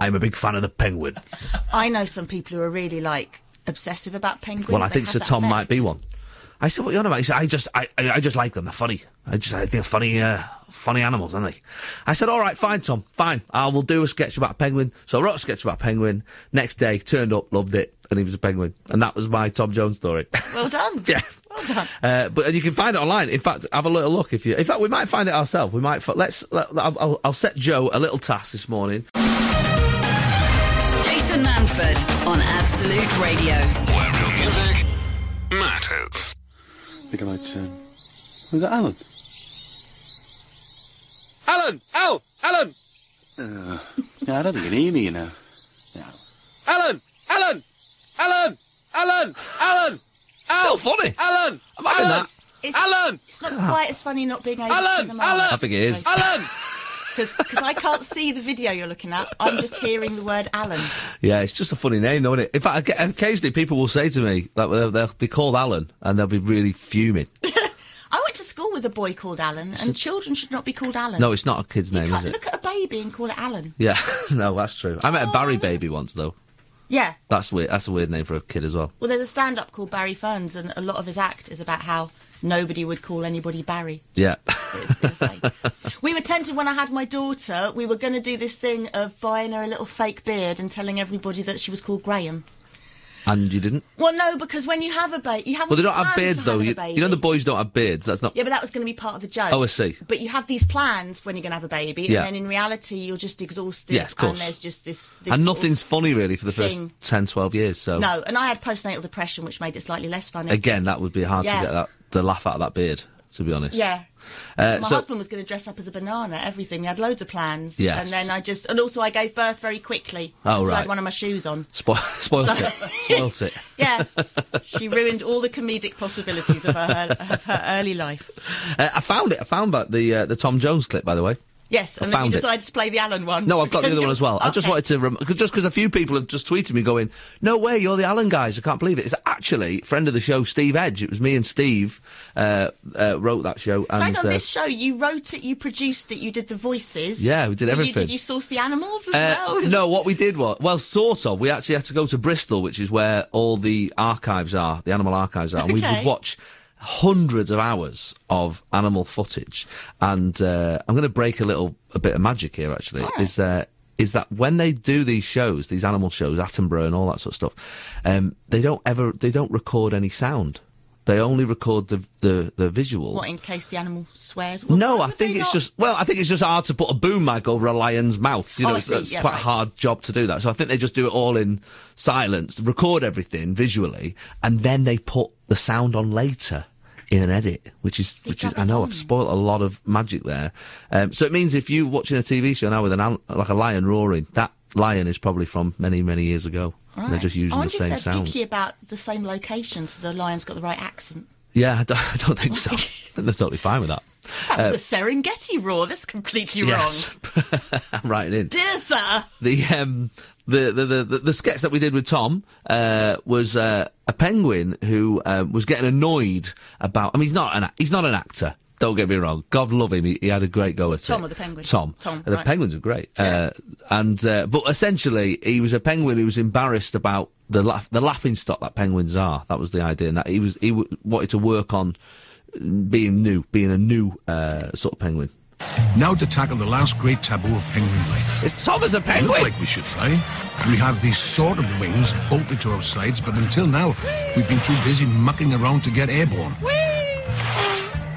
C: I'm a big fan of the penguin.
D: I know some people who are really like obsessive about penguins.
C: Well, I
D: They
C: think
D: have
C: Sir
D: that
C: Tom might
D: effect.
C: be one. I said, "What are you on about?" He said, "I just, I, I, I just like them. They're funny. I just, I, they're funny, uh, funny animals, aren't they?" I said, "All right, fine, Tom, fine. I will do a sketch about a penguin." So I wrote a sketch about a penguin. Next day, turned up, loved it, and he was a penguin, and that was my Tom Jones story.
D: Well done.
C: yeah.
D: Well done.
C: Uh, but and you can find it online. In fact, have a little look if you. In fact, we might find it ourselves. We might. F- let's. Let, I'll, I'll- I'll set Joe a little task this morning.
B: Jason Manford on Absolute Radio.
A: Where real music matters.
G: think I might. Um, was it Alan? Alan! Al! Alan! no, I don't think you hear me, you know. No. Alan! Alan! Alan! Alan! Alan!
C: Still funny.
G: Alan!
C: I'm having that.
D: It's,
G: Alan!
D: it's not quite as funny not being able to see
G: Alan!
D: them.
G: Alan!
C: I think it is.
G: Alan!
D: Because I can't see the video you're looking at. I'm just hearing the word Alan.
C: Yeah, it's just a funny name, though, isn't it? In fact, I get- occasionally people will say to me that they'll, they'll be called Alan and they'll be really fuming.
D: I went to school with a boy called Alan, and children should not be called Alan.
C: No, it's not a kid's name,
D: you
C: is
D: can't
C: it?
D: look at a baby and call it Alan.
C: Yeah, no, that's true. I met a Barry baby once, though.
D: Yeah.
C: That's weird. That's a weird name for a kid as well.
D: Well, there's a stand-up called Barry Ferns, and a lot of his act is about how nobody would call anybody Barry.
C: Yeah.
D: It's insane. we were tempted when I had my daughter. We were going to do this thing of buying her a little fake beard and telling everybody that she was called Graham.
C: and you didn't?
D: Well, no, because when you have a baby, you have.
C: Well, they don't have beards, though. You, you know, the boys don't have beards. That's not.
D: Yeah, but that was going to be part of the joke.
C: Oh, I see.
D: But you have these plans when you're going to have a baby, and
C: Yeah.
D: then in reality, you're just exhausted.
C: Yes, of course.
D: And there's just this. this
C: and
D: sort of-
C: nothing's funny, really, for the first
D: thing.
C: 10, 12 years. So,
D: No, and I had postnatal depression, which made it slightly less funny.
C: again, that would be hard
D: Yeah.
C: to get that, the laugh out of that beard, to be honest.
D: Yeah.
C: Uh,
D: My
C: so-
D: husband was going to dress up as a banana, everything. We had loads of plans.
C: Yes.
D: And then I just, and also I gave birth very quickly.
C: Oh,
D: So I
C: right.
D: had one of my shoes on.
C: Spoil, spoilt
D: So-
C: it. Spoilt it.
D: Yeah. she ruined all the comedic possibilities of her, of her early life.
C: Uh, I found it. I found that the uh, the Tom Jones clip, by the way.
D: Yes.
C: I
D: And then you
C: found it.
D: decided to play the Alan one.
C: No, I've got the
D: Because
C: other one
D: you-
C: as well. I just
D: Okay.
C: wanted to rem- cause, just because a few people have just tweeted me going, "No way, you're the Allen guys." I can't believe it. It's actually friend of the show, Steve Edge. It was me and Steve uh, uh, wrote that show.
D: So
C: And
D: hang on,
C: uh,
D: this show, you wrote it, you produced it, you did the voices.
C: Yeah, we did
D: You-
C: everything.
D: did you source the animals as
C: uh,
D: well?
C: no, what we did was well, sort of. We actually had to go to Bristol, which is where all the archives are, the animal archives are, and we would
D: Okay.
C: watch hundreds of hours of animal footage. And uh, I'm going to break a little a bit of magic here. Actually, is uh, is that when they do these shows, these animal shows, Attenborough and all that sort of stuff, um, they don't ever they don't record any sound. They only record the the, the visual.
D: What in case the animal swears? Well,
C: No,
D: why
C: I
D: would
C: think
D: they
C: it's
D: not?
C: just well, I think it's just hard to put a boom mic over a lion's mouth. You
D: Oh,
C: know,
D: I
C: it's,
D: see.
C: it's
D: Yeah,
C: quite a
D: right.
C: hard job to do that. So I think they just do it all in silence, record everything visually, and then they put the sound on later in an edit, which is which is
D: dub
C: I
D: it
C: know
D: on.
C: I've spoiled a lot of magic there. Um, so it means if you're watching a TV show now with an al- like a lion roaring, that lion is probably from many many years ago. And They're
D: Right. Oh,
C: just using
D: I
C: the
D: wonder
C: same
D: if they're
C: sound.
D: picky about the same location, so the lion's got the right accent.
C: Yeah, I don't, I don't think so. I think they're totally fine with that.
D: That was a Serengeti roar. That's completely wrong.
C: Uh, Yes, I'm writing in.
D: Dear sir,
C: the um the the, the, the the sketch that we did with Tom uh, was uh, a penguin who um, was getting annoyed about. I mean, he's not an he's not an actor. Don't get me wrong. God love him. He, he had a great go at it.
D: Tom or the penguin?
C: Tom.
D: Tom,
C: The
D: right.
C: penguins are great. Uh,
D: Yeah.
C: and uh, but essentially, he was a penguin who was embarrassed about the laugh, the laughing stock that penguins are. That was the idea, and that he was he w- wanted to work on being new, being a new uh, sort of penguin.
H: Now to tackle the last great taboo of penguin life.
C: It's Tom as a
H: It
C: penguin.
H: looks like we should fly. We have these sort of wings bolted to our sides, but until now, we've been too busy mucking around to get airborne.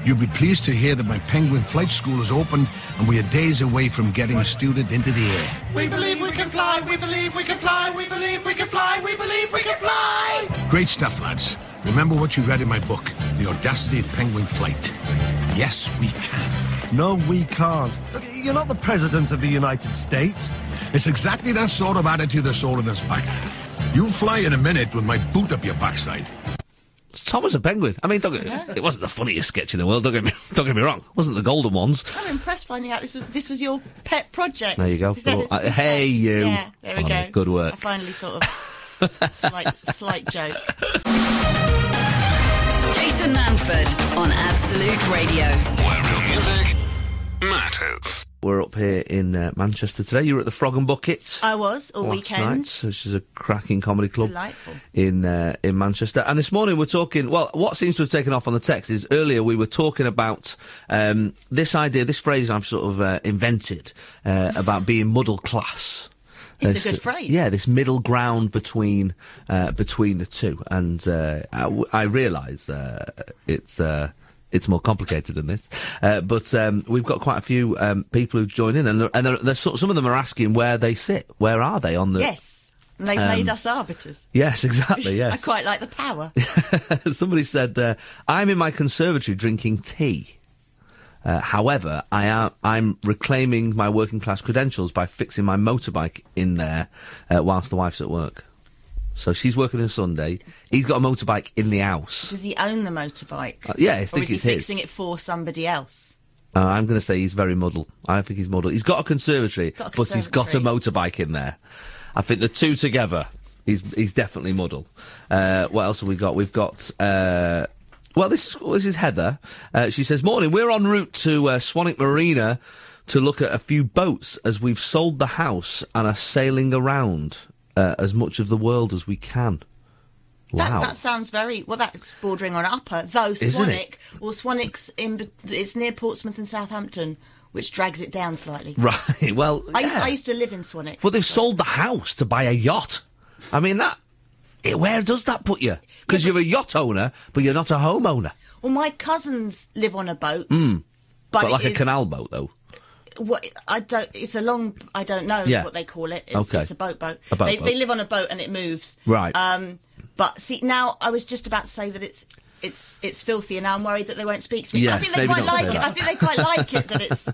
H: You'll be pleased to hear that my penguin flight school has opened, and we are days away from getting a student into the air.
I: We believe we can fly, we believe we can fly, we believe we can fly, we believe we can fly!
H: Great stuff, lads. Remember what you read in my book, The Audacity of Penguin Flight. Yes, we can.
J: No, we can't. You're not the President of the United States.
H: It's exactly that sort of attitude that's holding us back. You'll fly in a minute with my boot up your backside.
C: It's Tom was a penguin. I mean, don't get, it wasn't the funniest sketch in the world. Don't get me, don't get me wrong. It wasn't the golden ones.
D: I'm impressed finding out this was this was your pet project.
C: There you go. Well, uh, hey, you.
D: Yeah, there we
C: Funny.
D: go.
C: Good work.
D: I finally thought of slight slight joke.
B: Jason Manford on Absolute Radio.
A: Where real music matters.
C: We're up here in uh, Manchester today. You were at the Frog and Bucket.
D: I was all
C: last
D: weekend.
C: night, which is a cracking comedy club
D: Delightful.
C: in uh, in Manchester. And this morning we're talking. Well, what seems to have taken off on the text is earlier we were talking about um, this idea, this phrase I've sort of uh, invented uh, about being muddle class.
D: It's a
C: This-
D: good phrase.
C: Yeah, this middle ground between uh, between the two, and uh, I, w- I realise uh, it's. Uh, it's more complicated than this, uh, but um, we've got quite a few um, people who've joined in, and, they're- and they're, they're, so- some of them are asking where they sit. Where are they on the?
D: Yes, and they've made us arbiters.
C: Yes, exactly.
D: I
C: Um, Yes.
D: quite like the power.
C: Somebody said, uh, "I'm in my conservatory drinking tea." Uh, however, I am I'm reclaiming my working class credentials by fixing my motorbike in there uh, whilst the wife's at work. So she's working on Sunday. He's got a motorbike in the house.
D: Does he own the motorbike?
C: Uh, yeah, I
D: or
C: think
D: is he
C: it's his.
D: fixing it for somebody else?
C: Uh, I'm going to say he's very muddled. I think he's muddled. He's got a conservatory,
D: Got a
C: but he's got a motorbike in there. I think the two together, he's he's definitely muddled. Uh, what else have we got? We've got. Uh, well, this is this is Heather. Uh, she says, "Morning. We're en route to uh, Swanwick Marina to look at a few boats as we've sold the house and are sailing around uh, as much of the world as we can." Wow.
D: That, that sounds very well. That's bordering on upper, though
C: Isn't it?
D: Swanwick. Well, Swanwick's in. bet- It's near Portsmouth and Southampton, which drags it down slightly.
C: right. Well,
D: I used,
C: yeah.
D: I used to live in Swanwick.
C: Well, they've sold the house to buy a yacht. I mean, that. It, where does that put you? Because you're a yacht owner, but you're not a homeowner.
D: Well, my cousins live on a boat, but,
C: Hmm. But like
D: it
C: a
D: is-
C: canal boat, though.
D: What I don't, it's a long. I don't know
C: Yeah.
D: what they call it. It's,
C: Okay.
D: it's a boat boat.
C: A boat
D: they,
C: boat.
D: they live on a boat and it moves.
C: Right.
D: Um, but see, now I was just about to say that it's. It's it's filthy, and now I'm worried that they won't speak to me. I
C: Yes,
D: think they
C: maybe
D: quite
C: not say
D: like it.
C: that.
D: I think they quite like it that it's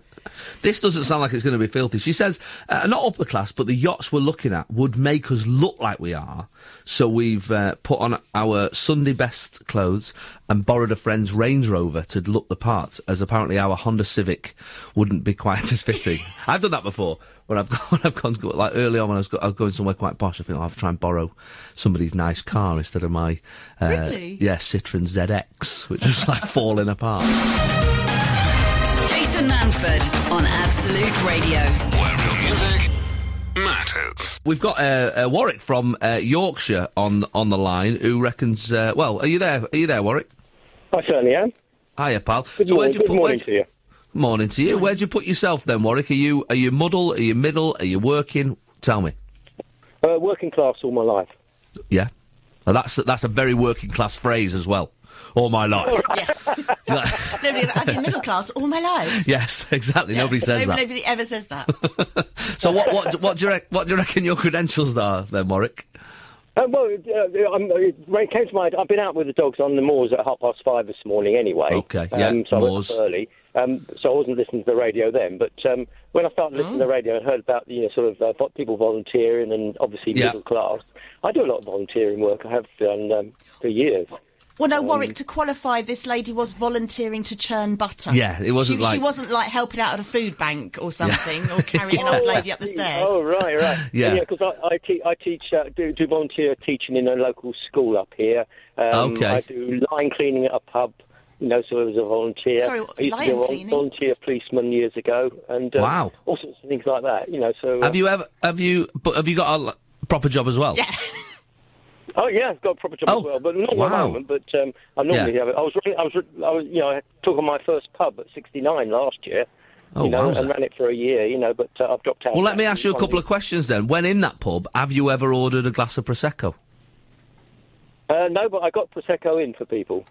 C: This doesn't sound like it's going to be filthy. She says, uh, not upper class, but the yachts we're looking at would make us look like we are. So we've uh, put on our Sunday best clothes and borrowed a friend's Range Rover to look the part, as apparently our Honda Civic wouldn't be quite as fitting. I've done that before. When I've, gone, when I've gone, to- like early on when I was, go, I was going somewhere quite posh, I think "Oh, I'll have to try and borrow somebody's nice car instead of my, uh,
D: Really?
C: yeah, Citroen ZX, which is like falling apart.
B: Jason Manford on Absolute Radio.
A: Where real music matters.
C: We've got uh, uh, Warwick from uh, Yorkshire on on the line who reckons. Uh, well, are you there? Are you there, Warwick?
F: I certainly am.
C: Hiya, pal.
F: Good morning, good morning
C: where'd-
F: to you.
C: Morning to you. Where'd you put yourself then, Warwick? Are you are you muddle? Are you middle? Are you working? Tell me.
F: Uh, working class all my life.
C: Yeah. Well, that's that's a very working class phrase as well. all my life.
D: Yes. Nobody, I've been middle class all my life.
C: yes, exactly. Nobody says
D: Nobody,
C: that.
D: nobody ever says that.
C: So what what what do you rec- what do you reckon your credentials are then, Warwick?
F: Uh, well, uh, I'm, uh, when it came to mind, I've been out with the dogs on the moors at half past five this morning anyway.
C: Okay, yeah,
F: um, so
C: moors.
F: I was up early. Um, so I wasn't listening to the radio then. But um, when I started listening to the radio and heard about you know, sort of uh, vo- people volunteering and obviously
C: Yeah.
F: middle class, I do a lot of volunteering work. I have done um, for years.
D: Well, no, Warwick, to qualify, this lady was volunteering to churn butter.
C: Yeah, it wasn't
D: she, She
C: like-
D: wasn't like helping out at a food bank or something, or carrying an old lady up the stairs.
F: Oh right, right.
C: Yeah.
F: because I, I, te- I teach uh, do, do volunteer teaching in a local school up here. Um,
C: Okay.
F: I do line cleaning at a pub. You know, so as a volunteer.
D: Sorry,
F: I used to be a
D: line
F: vol-
D: cleaning?
F: volunteer policeman years ago, and uh,
C: Wow.
F: all sorts of things like that. You know, so uh,
C: Have you ever have you but have you got a l- proper job as well?
D: Yeah.
F: Oh yeah, I've got a proper job
C: Oh,
F: as well, but not at
C: wow.
F: the moment. But um, I normally
C: Yeah.
F: have it. I was, running, I was, I was, you know, I took on my first pub at 69 last year.
C: Oh,
F: you know,
C: wowza.
F: and ran it for a year. You know, but uh, I've dropped out.
C: Well, let me ask you a couple of questions then. When in that pub, have you ever ordered a glass of prosecco?
F: Uh, no, but I got prosecco in for people.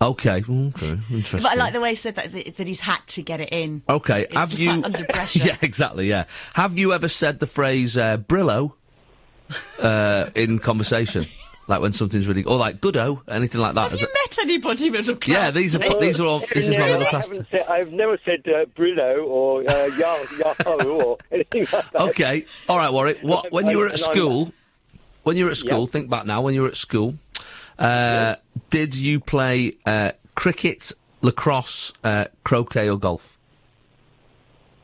C: Okay, okay, interesting.
D: But I like the way he said that, that, that he's had to get it in.
C: Okay,
D: It's
C: have
D: like
C: you
D: under pressure.
C: yeah, exactly. Yeah, have you ever said the phrase uh, Brillo uh, in conversation, like when something's really or like Goodo, anything like that?
D: Have
C: Is
D: you
C: it-
D: met anybody middle class?
C: yeah, these are these are all. This is
F: No,
C: not middle
F: I
C: class.
F: haven't said- I've never said uh, Brillo or uh, Yahoo or anything like that.
C: Okay, all right, Warwick. What when you were at
F: And I'm-
C: school? When you were at school,
F: Yeah.
C: think back now. When you were at school, uh, did you play uh, cricket, lacrosse, uh, croquet, or golf?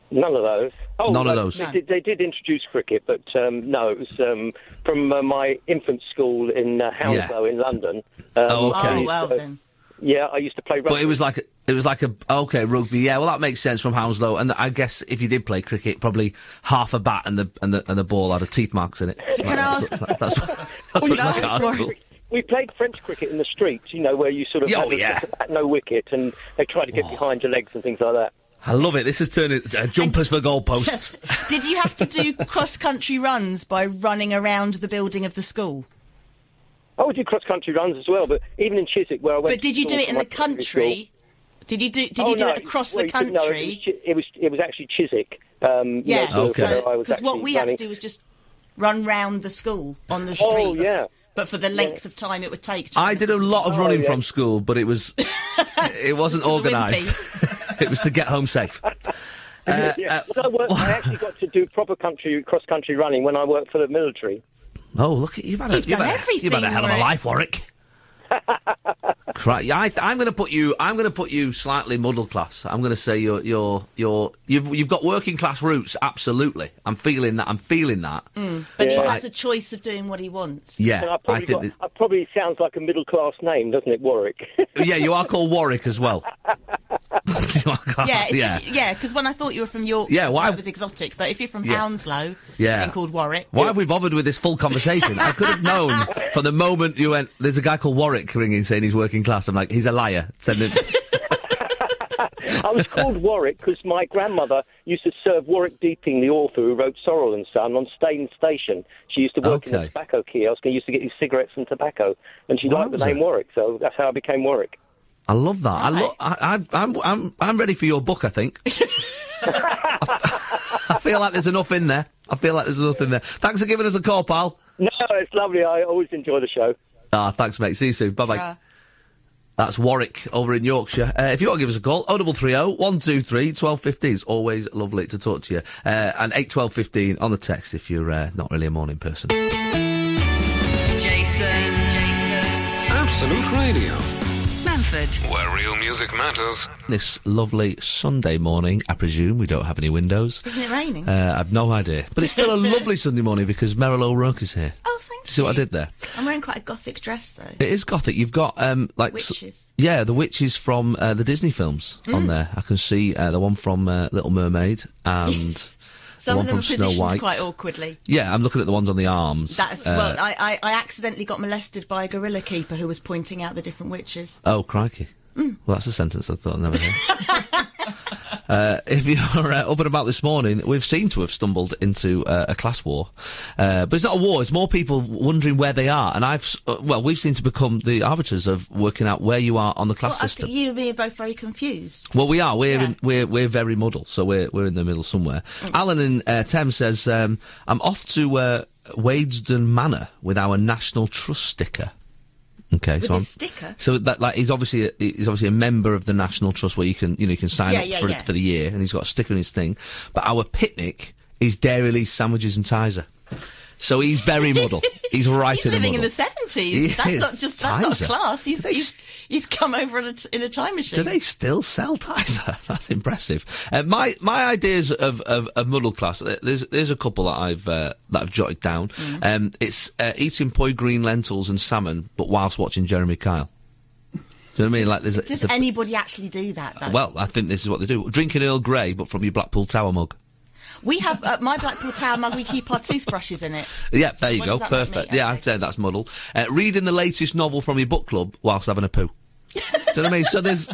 F: None of those. Oh,
C: None of
F: no,
C: those.
F: They did, they did introduce cricket, but um, no, it was um, from uh, my infant school in uh, Hounslow in London. Um,
C: Oh, okay.
D: Oh, well then.
F: Yeah, I used to play rugby.
C: But it was like it was like a okay rugby. Yeah, well that makes sense from Hounslow. And I guess if you did play cricket, probably half a bat and the and the and the ball had a teeth marks in it.
D: Can I ask-
C: That's, that's what it
D: Can I
C: looked like
D: ask
C: at
D: why-
C: our school.
F: We played French cricket in the streets, you know, where you sort of
C: Yeah,
F: had
C: oh,
F: a-
C: yeah. Oh.
F: no wicket, and they tried to get behind your legs and things like that.
C: I love it. This is turning uh, jumpers for goalposts.
D: Did you have to do cross country runs by running around the building of the school?
F: I would do cross country runs as well, but even in Chiswick, where I went.
D: But did you
F: to
D: do
F: school
D: it in
F: for
D: the
F: my secondary school-
D: country? Did you do did you
F: Oh,
D: do
F: no,
D: it across
F: well,
D: the
F: you could- no, it was
D: country?
F: Chi- it, was, it was actually Chiswick. Um,
D: Yeah,
F: you know,
C: Okay.
F: where I was
D: because what
F: actually
D: we had to
F: running.
D: do was just run round the school on the streets.
F: Oh, yeah.
D: But for the length of time it would take. To
C: I
D: run
C: did a
D: across the
C: lot of
F: Oh,
C: running
F: yeah.
C: from school, but it was it wasn't
D: To the
C: organised. it was to get home safe. Uh,
F: Yeah.
C: uh,
F: Well, I, worked, I actually got to do proper country cross country running when I worked for the military.
C: Oh, look at you've had a,
D: You've done
C: had,
D: everything,
C: You've had a hell of a
D: Warwick.
C: life, Warwick. Cry. I, I'm going to put you. I'm going to put you slightly muddle class. I'm going to say you're you're you're you've you've got working class roots. Absolutely, I'm feeling that. I'm feeling that.
D: But he
C: Yeah.
D: has a choice of doing what he wants.
F: And
C: Yeah,
F: I
C: I
F: probably,
C: think.
F: got, I probably sounds like a middle class name, doesn't it, Warwick?
C: that- yeah, you are called Warwick as well. You are called-
D: Yeah, it's
C: yeah.
D: yeah. Because when I thought you were from York,
C: Yeah, why-
D: it was exotic. But if you're from
C: Yeah.
D: Hounslow,
C: Yeah.
D: and called Warwick,
C: Why have we bothered with this full conversation? I could have known from the moment you went. There's a guy called Warwick ringing saying he's working class. I'm like, he's a liar. Send him.
F: I was called Warwick because my grandmother used to serve Warwick Deeping, the author who wrote Sorrel and Son, on Staines Station. She used to work in
C: Okay.
F: a tobacco kiosk and used to get these cigarettes and tobacco. And she liked the
C: Wowza.
F: name Warwick, so that's how I became Warwick.
C: I love that. I, lo- I, I I'm I'm I'm ready for your book. I think. I feel like there's enough in there. I feel like there's enough in there. Thanks for giving us a call, pal.
F: No, it's lovely. I always enjoy the show.
C: Ah, thanks, mate. See you soon. Bye bye.
D: uh,
C: That's Warwick over in Yorkshire. Uh, if you want to give us a call, 0330 123 1215. It's always lovely to talk to you. Uh, and 81215 on the text if you're uh, not really a morning person.
B: Jason.
A: Absolute Radio,
B: Manford.
A: where real music matters.
C: This lovely Sunday morning, I presume we don't have any windows.
D: isn't it raining?
C: Uh, I've no idea. But it's still a lovely Sunday morning because Meryl O'Rourke is here.
D: oh, thank
C: See
D: you.
C: what I did there?
D: I'm wearing quite a gothic dress though.
C: It is gothic. You've got um like s-
D: Witches. Mm.
C: yeah, the witches from uh, the Disney films on there. I can see uh, the one from uh, Little Mermaid and
D: Some
C: the one
D: of them are
C: from Snow
D: positioned
C: White.
D: quite awkwardly.
C: yeah, I'm looking at the ones on the arms.
D: That's
C: Uh,
D: well, I, I, I accidentally got molested by a gorilla keeper who was pointing out the different witches.
C: Oh crikey! Well, that's a sentence I thought I'd never hear. Uh, if you're uh, up and about this morning, we've seemed to have stumbled into uh, a class war. Uh, but it's not a war, it's more people wondering where they are. And I've, s- uh, well, we've seemed to become the arbiters of working out where you are on the class
D: Well, I
C: system.
D: think you and me are both very confused.
C: Well, we are. We're
D: Yeah. Mm.
C: in, we're we're very muddled, so we're we're in the middle somewhere. Alan in uh, Thames says, um, "I'm off to uh, Wadesden Manor with our National Trust sticker." Okay,
D: With
C: so
D: his
C: I'm-
D: sticker?
C: So that like he's obviously a, he's obviously a member of the National Trust where you can you know you can sign
D: Yeah,
C: up
D: yeah,
C: for
D: yeah.
C: for the year, and he's got a sticker on his thing. But our picnic is Dairy Lee sandwiches and Tizer. So he's very muddled. He's right
D: He's
C: in the
D: living in
C: muddle.
D: the
C: He
D: seventies. That's
C: is.
D: not just that's not
C: Tizer.
D: a class. He's
C: They
D: he's, he's come over in a, t- in a time machine.
C: Do they still sell Tizer? That's impressive. Uh, my my ideas of, of, of muddle class. th- There's there's a couple that I've uh, that I've jotted down.
D: Mm.
C: Um, it's uh, eating poi green lentils and salmon, but whilst watching Jeremy Kyle. Do you know what I mean? Like there's, a,
D: Does
C: there's a-
D: anybody actually do that? Though?
C: well, I think this is what they do. Drinking Earl Grey, but from your Blackpool Tower mug.
D: we have at my Blackpool Tower mug. We keep our toothbrushes in it.
C: Yeah, there you
D: What
C: go.
D: does that make me?
C: Perfect. Yeah,
D: Okay.
C: I'd say that's muddle. Uh, reading the latest novel from your book club whilst having a poo. Do you know what I mean? So there's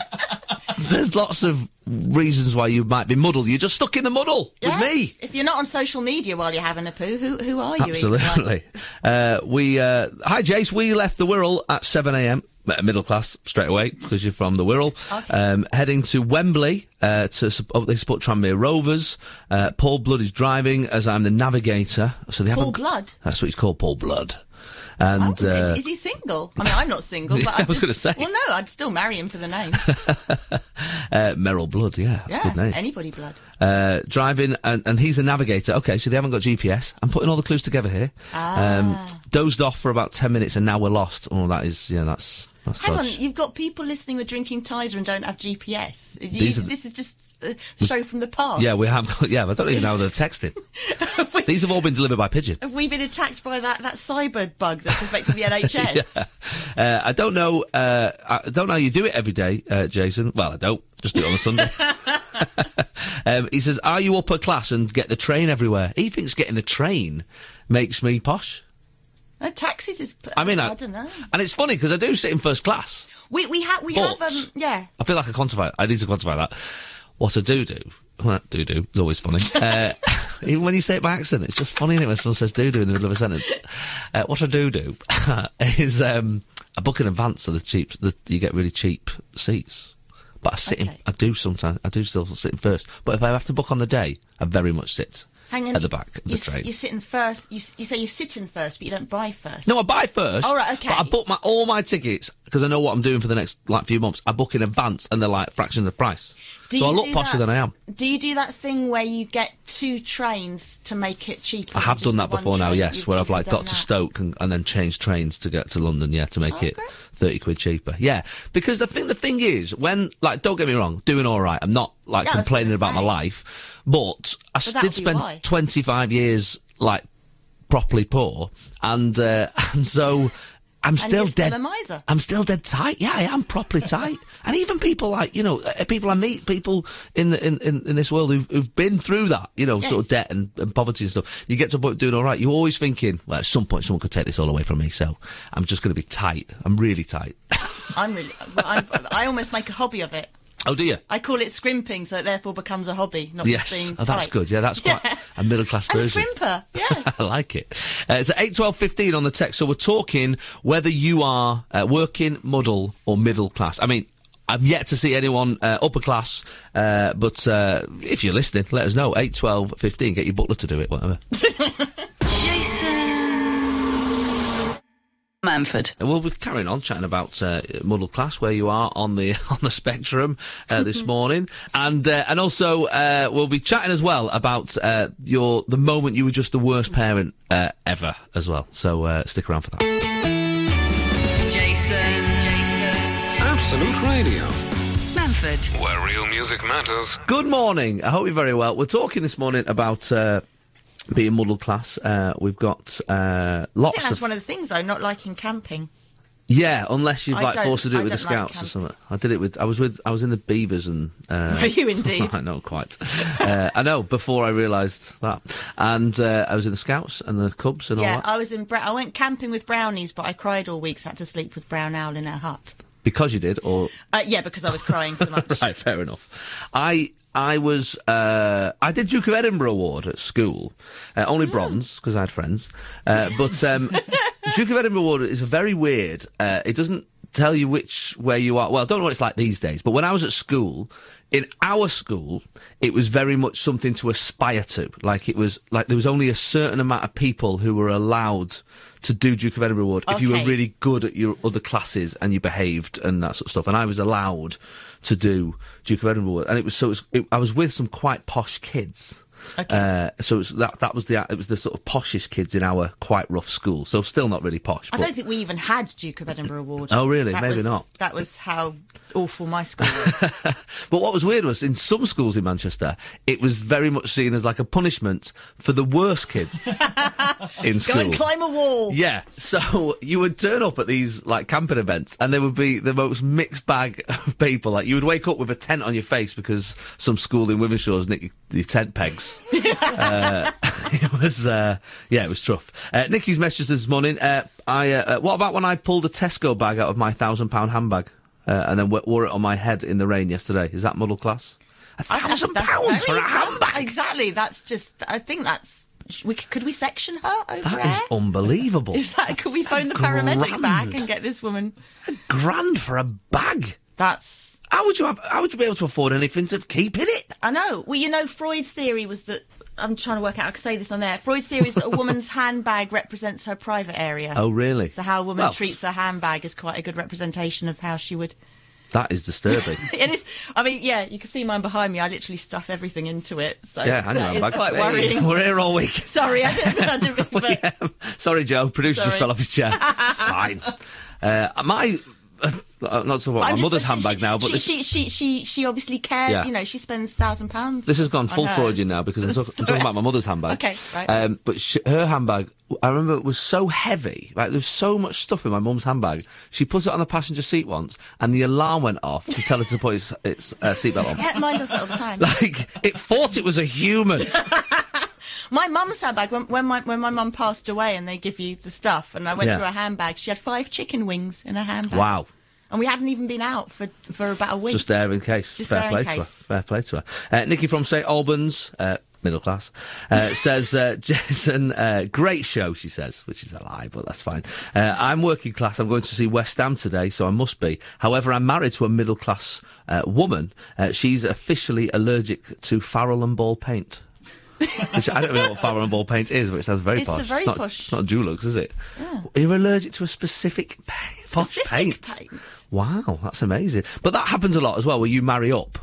C: there's lots of reasons why you might be muddled. You're just stuck in the muddle
D: Yeah.
C: with me.
D: If you're not on social media while you're having a poo, who who are you? even? Like,
C: Absolutely. Uh, we uh, hi Jace. We left the Wirral at seven a.m. Uh, Middle class straight away because you're from the Wirral. Um, heading to Wembley uh, to sup- oh, they support Tranmere Rovers. Uh, Paul Blood is driving as I'm the navigator. So they
D: Paul
C: haven't.
D: Blood? Oh,
C: That's what he's called, Paul Blood. And uh,
D: is he single? I mean, I'm not single.
C: Yeah,
D: but
C: I was gonna say.
D: Well, no, I'd still marry him for the name.
C: uh, Merrill Blood, yeah, that's a
D: yeah,
C: good name.
D: anybody blood.
C: uh, driving, and, and he's the navigator. Okay, so they haven't got GPS. I'm putting all the clues together here.
D: Ah.
C: Um, dozed off for about ten minutes, and now we're lost. Oh, that is yeah, that's that's.
D: Hang on,
C: dodge.
D: you've got people listening with drinking Tizer and don't have GPS. You-
C: These are the-
D: this is just a show from the past.
C: Yeah, we have. Got, yeah, I don't even know they're texting.
D: we,
C: These have all been delivered by pigeon.
D: Have we been attacked by that, that cyber bug that's affecting the NHS?
C: Uh, I don't know. Uh, I don't know how you do it every day, uh, Jason. Well, I don't. Just do it on a Sunday. um, he says, "Are you upper class and get the train everywhere?" He thinks getting the train makes me posh.
D: Uh, taxis is.
C: I mean, I,
D: don't know.
C: And it's funny because I do sit in first class.
D: We we have we
C: But-
D: have um yeah.
C: I feel like I quantify. I need to quantify that. What a do do. Well, do do is always funny. Uh, even when you say it by accident, it's just funny isn't it, when someone says do do in the middle of a sentence. Uh, what a do do is um, I book in advance so the cheap the, you get really cheap seats. But I sit in.
D: Okay.
C: I do sometimes. I do still sit in first. But if I have to book on the day, I very much sit
D: Hang on.
C: at the back of
D: you,
C: the train.
D: You're sitting first. You, s- you say you're sitting first, but you don't buy first.
C: No, I buy first.
D: All right, okay.
C: But I book my all my tickets because I know what I'm doing for the next like few months. I book in advance, and they're like fraction of the price.
D: Do
C: so I
D: you
C: look
D: do
C: posher
D: that-
C: than I am.
D: Do you do that thing where you get two trains to make it cheaper?
C: I
D: than
C: have
D: just
C: done
D: the
C: that
D: one
C: before now,
D: train?
C: yes,
D: You've
C: where I've
D: even
C: like
D: done
C: got to
D: that.
C: Stoke and, and then changed trains to get to London, yeah, to make
D: Oh,
C: it
D: great.
C: thirty quid cheaper. Yeah, because the thing the thing is when like don't get me wrong, doing all right. I'm not like
D: Yeah, I was
C: complaining
D: gonna
C: about my
D: say.
C: life, but I s- did
D: that would be
C: spend
D: why.
C: twenty five years like properly poor, and uh, and so. I'm still
D: you're still
C: dead.
D: a miser.
C: I'm still dead tight. Yeah, I am properly tight. And even people like you know, uh, people I meet, people in the, in, in in this world who've who've been through that, you know, sort of debt and, and poverty and stuff. You get to a point of doing all right. You're always thinking, well, at some point someone could take this all away from me, so I'm just going to be tight. I'm really tight.
D: I'm really. Well, I'm, I almost make a hobby of it.
C: oh dear.
D: I call it scrimping, so it therefore becomes a hobby, not just
C: Yes,
D: being.
C: oh, that's
D: tight.
C: good. Yeah, that's quite
D: Yeah.
C: a middle class
D: I'm a
C: version.
D: scrimper. Yes.
C: I like it. Uh, it's at eight twelve fifteen on the text. So we're talking whether you are uh, working, muddle, or middle class. I mean, I'm yet to see anyone uh, upper class, uh, but uh, if you're listening, let us know. Eight twelve fifteen. Get your butler to do it. Whatever.
B: Jason Manford.
C: Uh, Well, we're carrying on chatting about uh, muddle class, where you are on the on the spectrum uh, this morning, and uh, and also uh, we'll be chatting as well about uh, your the moment you were just the worst parent uh, ever as well. So uh, stick around for that.
B: Jason.
A: Absolute Radio.
B: Manford.
A: Where real music matters.
C: Good morning. I hope you're very well. We're talking this morning about uh, being muddle class. Uh, we've got uh,
D: I think
C: lots
D: that's
C: of
D: one of the things, though, not liking camping.
C: yeah. Unless you've
D: I
C: like
D: don't-
C: forced to do it
D: I
C: with the
D: don't like
C: scouts or something. I did it with. I was with. I was in the Beavers and. Uh,
D: Are you indeed?
C: I know quite. uh, I know before I realised that, and uh, I was in the Scouts and the Cubs and
D: Yeah,
C: all that
D: I was in. Bra- I went camping with brownies, but I cried all week, so I had to sleep with Brown Owl in her hut.
C: because you did, or
D: Uh, yeah, because I was crying so much.
C: right, fair enough. I I was uh, I did Duke of Edinburgh Award at school, uh, only bronze because I had friends. Uh, but um, Duke of Edinburgh Award is very weird. Uh, it doesn't tell you which where you are. Well, I don't know what it's like these days. But when I was at school, in our school, it was very much something to aspire to. Like it was like there was only a certain amount of people who were allowed to do Duke of Edinburgh Award if you were
D: Okay.
C: really really good at your other classes and you behaved and that sort of stuff. And I was allowed to do Duke of Edinburgh, and it was so. It was, it, I was with some quite posh kids. Uh, so it was, that that was the it was the sort of poshest kids in our quite rough school. So still not really posh.
D: I
C: but-
D: don't think we even had Duke of Edinburgh Award.
C: Oh, really?
D: That
C: Maybe
D: was-
C: not.
D: That was how awful my school was.
C: but what was weird was in some schools in Manchester, it was very much seen as like a punishment for the worst kids in school.
D: Go and climb a wall.
C: Yeah. So you would turn up at these like camping events, and there would be the most mixed bag of people. Like you would wake up with a tent on your face because some school in Wivenshaw has nicked your- your tent pegs. uh, it was uh, yeah, it was tough. Uh, Nikki's message this morning. Uh, I uh, uh, what about when I pulled a Tesco bag out of my thousand pound handbag uh, and then w- wore it on my head in the rain yesterday? Is that middle class? A
D: I think
C: thousand
D: Oh, that's
C: pounds for
D: very-
C: a handbag.
D: Exactly. That's just. I think that's. sh- We c- could we section her over
C: That
D: there?
C: is unbelievable.
D: Is that? Could we phone the paramedic back
C: Grand.
D: and get this woman?
C: Grand for a bag.
D: That's
C: How would you have? How would you be able to afford anything to keep in it?
D: I know. Well, you know, Freud's theory was that. I'm trying to work out. I can say this on there. Freud's theory is that a woman's handbag represents her private area.
C: Oh, really?
D: So how a woman
C: Well,
D: treats her handbag is quite a good representation of how she would.
C: That is disturbing.
D: It is. I mean, yeah, you can see mine behind me. I literally stuff everything into it. So
C: yeah, hang
D: that
C: on,
D: is
C: bag.
D: quite
C: Hey,
D: worrying.
C: We're here all week.
D: Sorry, I didn't. I didn't but
C: Yeah. Sorry, Joe. Producer just
D: Sorry.
C: fell off his chair. It's fine. Uh, my. Uh, not so about
D: I'm
C: my
D: just-
C: mother's
D: she-
C: handbag
D: she,
C: now, but
D: she,
C: this,
D: she, she, she, she obviously cares.
C: Yeah.
D: You know, she spends thousand pounds.
C: this has gone
D: on
C: full
D: hers.
C: fraudulent now because I'm, talk- I'm talking about my mother's handbag.
D: Okay, right.
C: Um, but sh her handbag, I remember it was so heavy. Like, there was so much stuff in my mum's handbag. She put it on the passenger seat once, and the alarm went off to tell her to put its, its uh, seatbelt on.
D: Yeah, mine does that all the time.
C: Like, it thought it was a human.
D: My mum's handbag when, when my when my mum passed away and they give you the stuff and I went
C: Yeah.
D: through her handbag. She had five chicken wings in her handbag.
C: wow.
D: And we hadn't even been out for for about a week.
C: Just there in case.
D: Just
C: Fair
D: there in
C: play to her.
D: case.
C: Fair play to her. Uh, Nikki from St Albans, uh, middle class, uh, says uh, Jason, uh, great show. She says, which is a lie, but that's fine. Uh, I'm working class. I'm going to see West Ham today, so I must be. However, I'm married to a middle class uh, woman. Uh, she's officially allergic to Farrell and ball paint. Which I don't know what Farrell and ball paint is, but it sounds very
D: It's a
C: posh.
D: very
C: it's not,
D: posh-
C: It's not Dulux, is it? You're allergic to a specific paint.
D: Specific
C: posh paint.
D: paint.
C: Wow, that's amazing. But that happens a lot as well, where you marry up.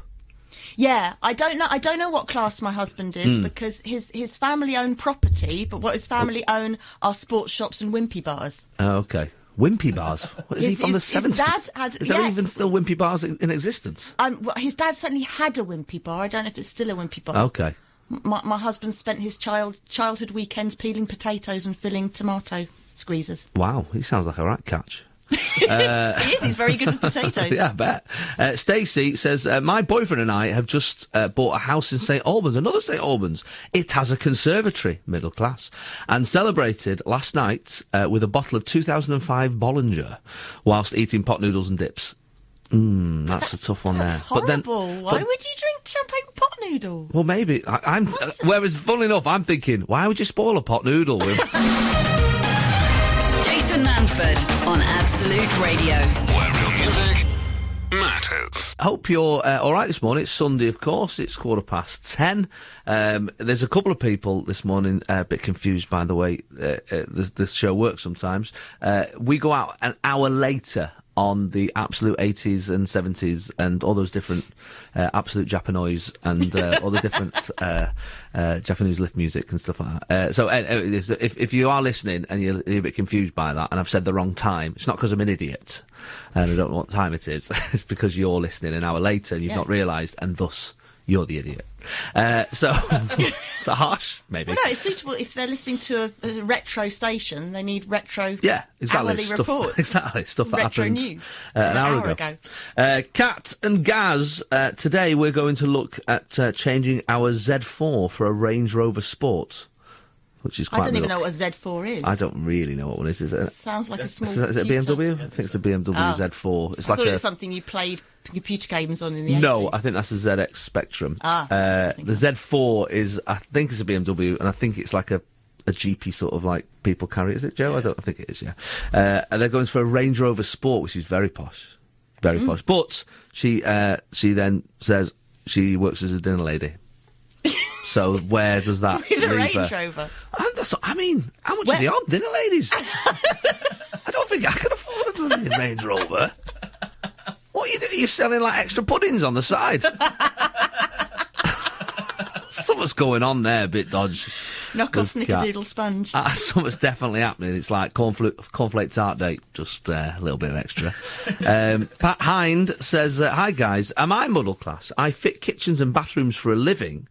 D: yeah, I don't know. I don't know what class my husband
C: Hmm.
D: is because his his family own property, but what his family own are sports shops and wimpy bars.
C: Oh, okay. Wimpy bars. What is
D: His-
C: he from
D: his-
C: the 70s?
D: his dad had-
C: is there
D: yeah.
C: even still wimpy bars in, in existence?
D: Um, well, his dad certainly had a wimpy bar. I don't know if it's still a wimpy bar.
C: Okay.
D: My, my husband spent his child childhood weekends peeling potatoes and filling tomato squeezers.
C: Wow, he sounds like a right catch. Uh,
D: He is. He's very good with potatoes.
C: Yeah, I bet. Uh, Stacey says, uh, My boyfriend and I have just uh, bought a house in St. Albans, another St. Albans. It has a conservatory, middle class, and celebrated last night uh, with a bottle of 2005 Bollinger whilst eating pot noodles and dips. Mm, that's a tough one
D: That's
C: there.
D: horrible.
C: But then,
D: Why
C: but-
D: would you drink champagne pot noodle?
C: well, maybe. I, I'm.
D: That's just-
C: Whereas, funnily enough, I'm thinking, why would you spoil a pot noodle with
B: Jason Manford on Absolute Radio.
A: Where real music matters.
C: hope you're uh, all right this morning. It's Sunday, of course. It's quarter past ten. Um, there's a couple of people this morning uh, a bit confused by the way uh, uh, the, the show works. Sometimes uh, we go out an hour later on the absolute 80s and 70s and all those different uh, absolute japanoise and uh, all the different uh, uh, japanese lift music and stuff like that uh, so uh, uh, so if, if you are listening and you're, you're a bit confused by that and i've said the wrong time it's not because i'm an idiot and I don't know what time it is. it's because you're listening an hour later and you've not realised, and thus you're the idiot. Uh, so, it's harsh, maybe.
D: Well, no, it's suitable if they're listening to a, a retro station. They need retro
C: yeah, exactly.
D: hourly
C: stuff,
D: reports.
C: Exactly. Stuff that
D: Retro
C: happened
D: news
C: uh, an
D: from
C: hour, ago. Uh, Kat and Gaz, uh, today we're going to look at uh, changing our Z4 for a Range Rover Sport. which is
D: I
C: quite.
D: don't even know
C: middle.
D: what a Z4 is.
C: I don't really know what one is. Is it,
D: Sounds like a small.
C: is it- is it a
D: computer.
C: BMW? I think it's the BMW
D: Oh.
C: Z4. It's
D: I
C: like
D: thought
C: a,
D: it was something you played computer games on in the 80s.
C: No, I think that's a ZX Spectrum.
D: Ah,
C: uh,
D: that's what I'm
C: the Z4 is, I think it's a BMW, and I think it's like a, a GP sort of like people carry. Is it, Joe? I don't I think it is, yeah. Uh, and they're going for a Range Rover Sport, which is very posh. Very
D: Hmm.
C: posh. But she, uh, she then says she works as a dinner lady. so where does that
D: the
C: leave
D: Range
C: her?
D: Rover.
C: I, that's what, I mean, how much
D: Well-
C: are they on, dinner ladies? I don't think I can afford a bloody Range Rover. What are you doing? You're selling like extra puddings on the side. Something's going on there, a bit dodge.
D: Knock off
C: Good
D: Snickerdoodle Sponge.
C: Uh, something's definitely happening. It's like cornfl- cornflake tart date, just uh, a little bit of extra. um, Pat Hind says, uh, "Hi guys, am I middle class? I fit kitchens and bathrooms for a living."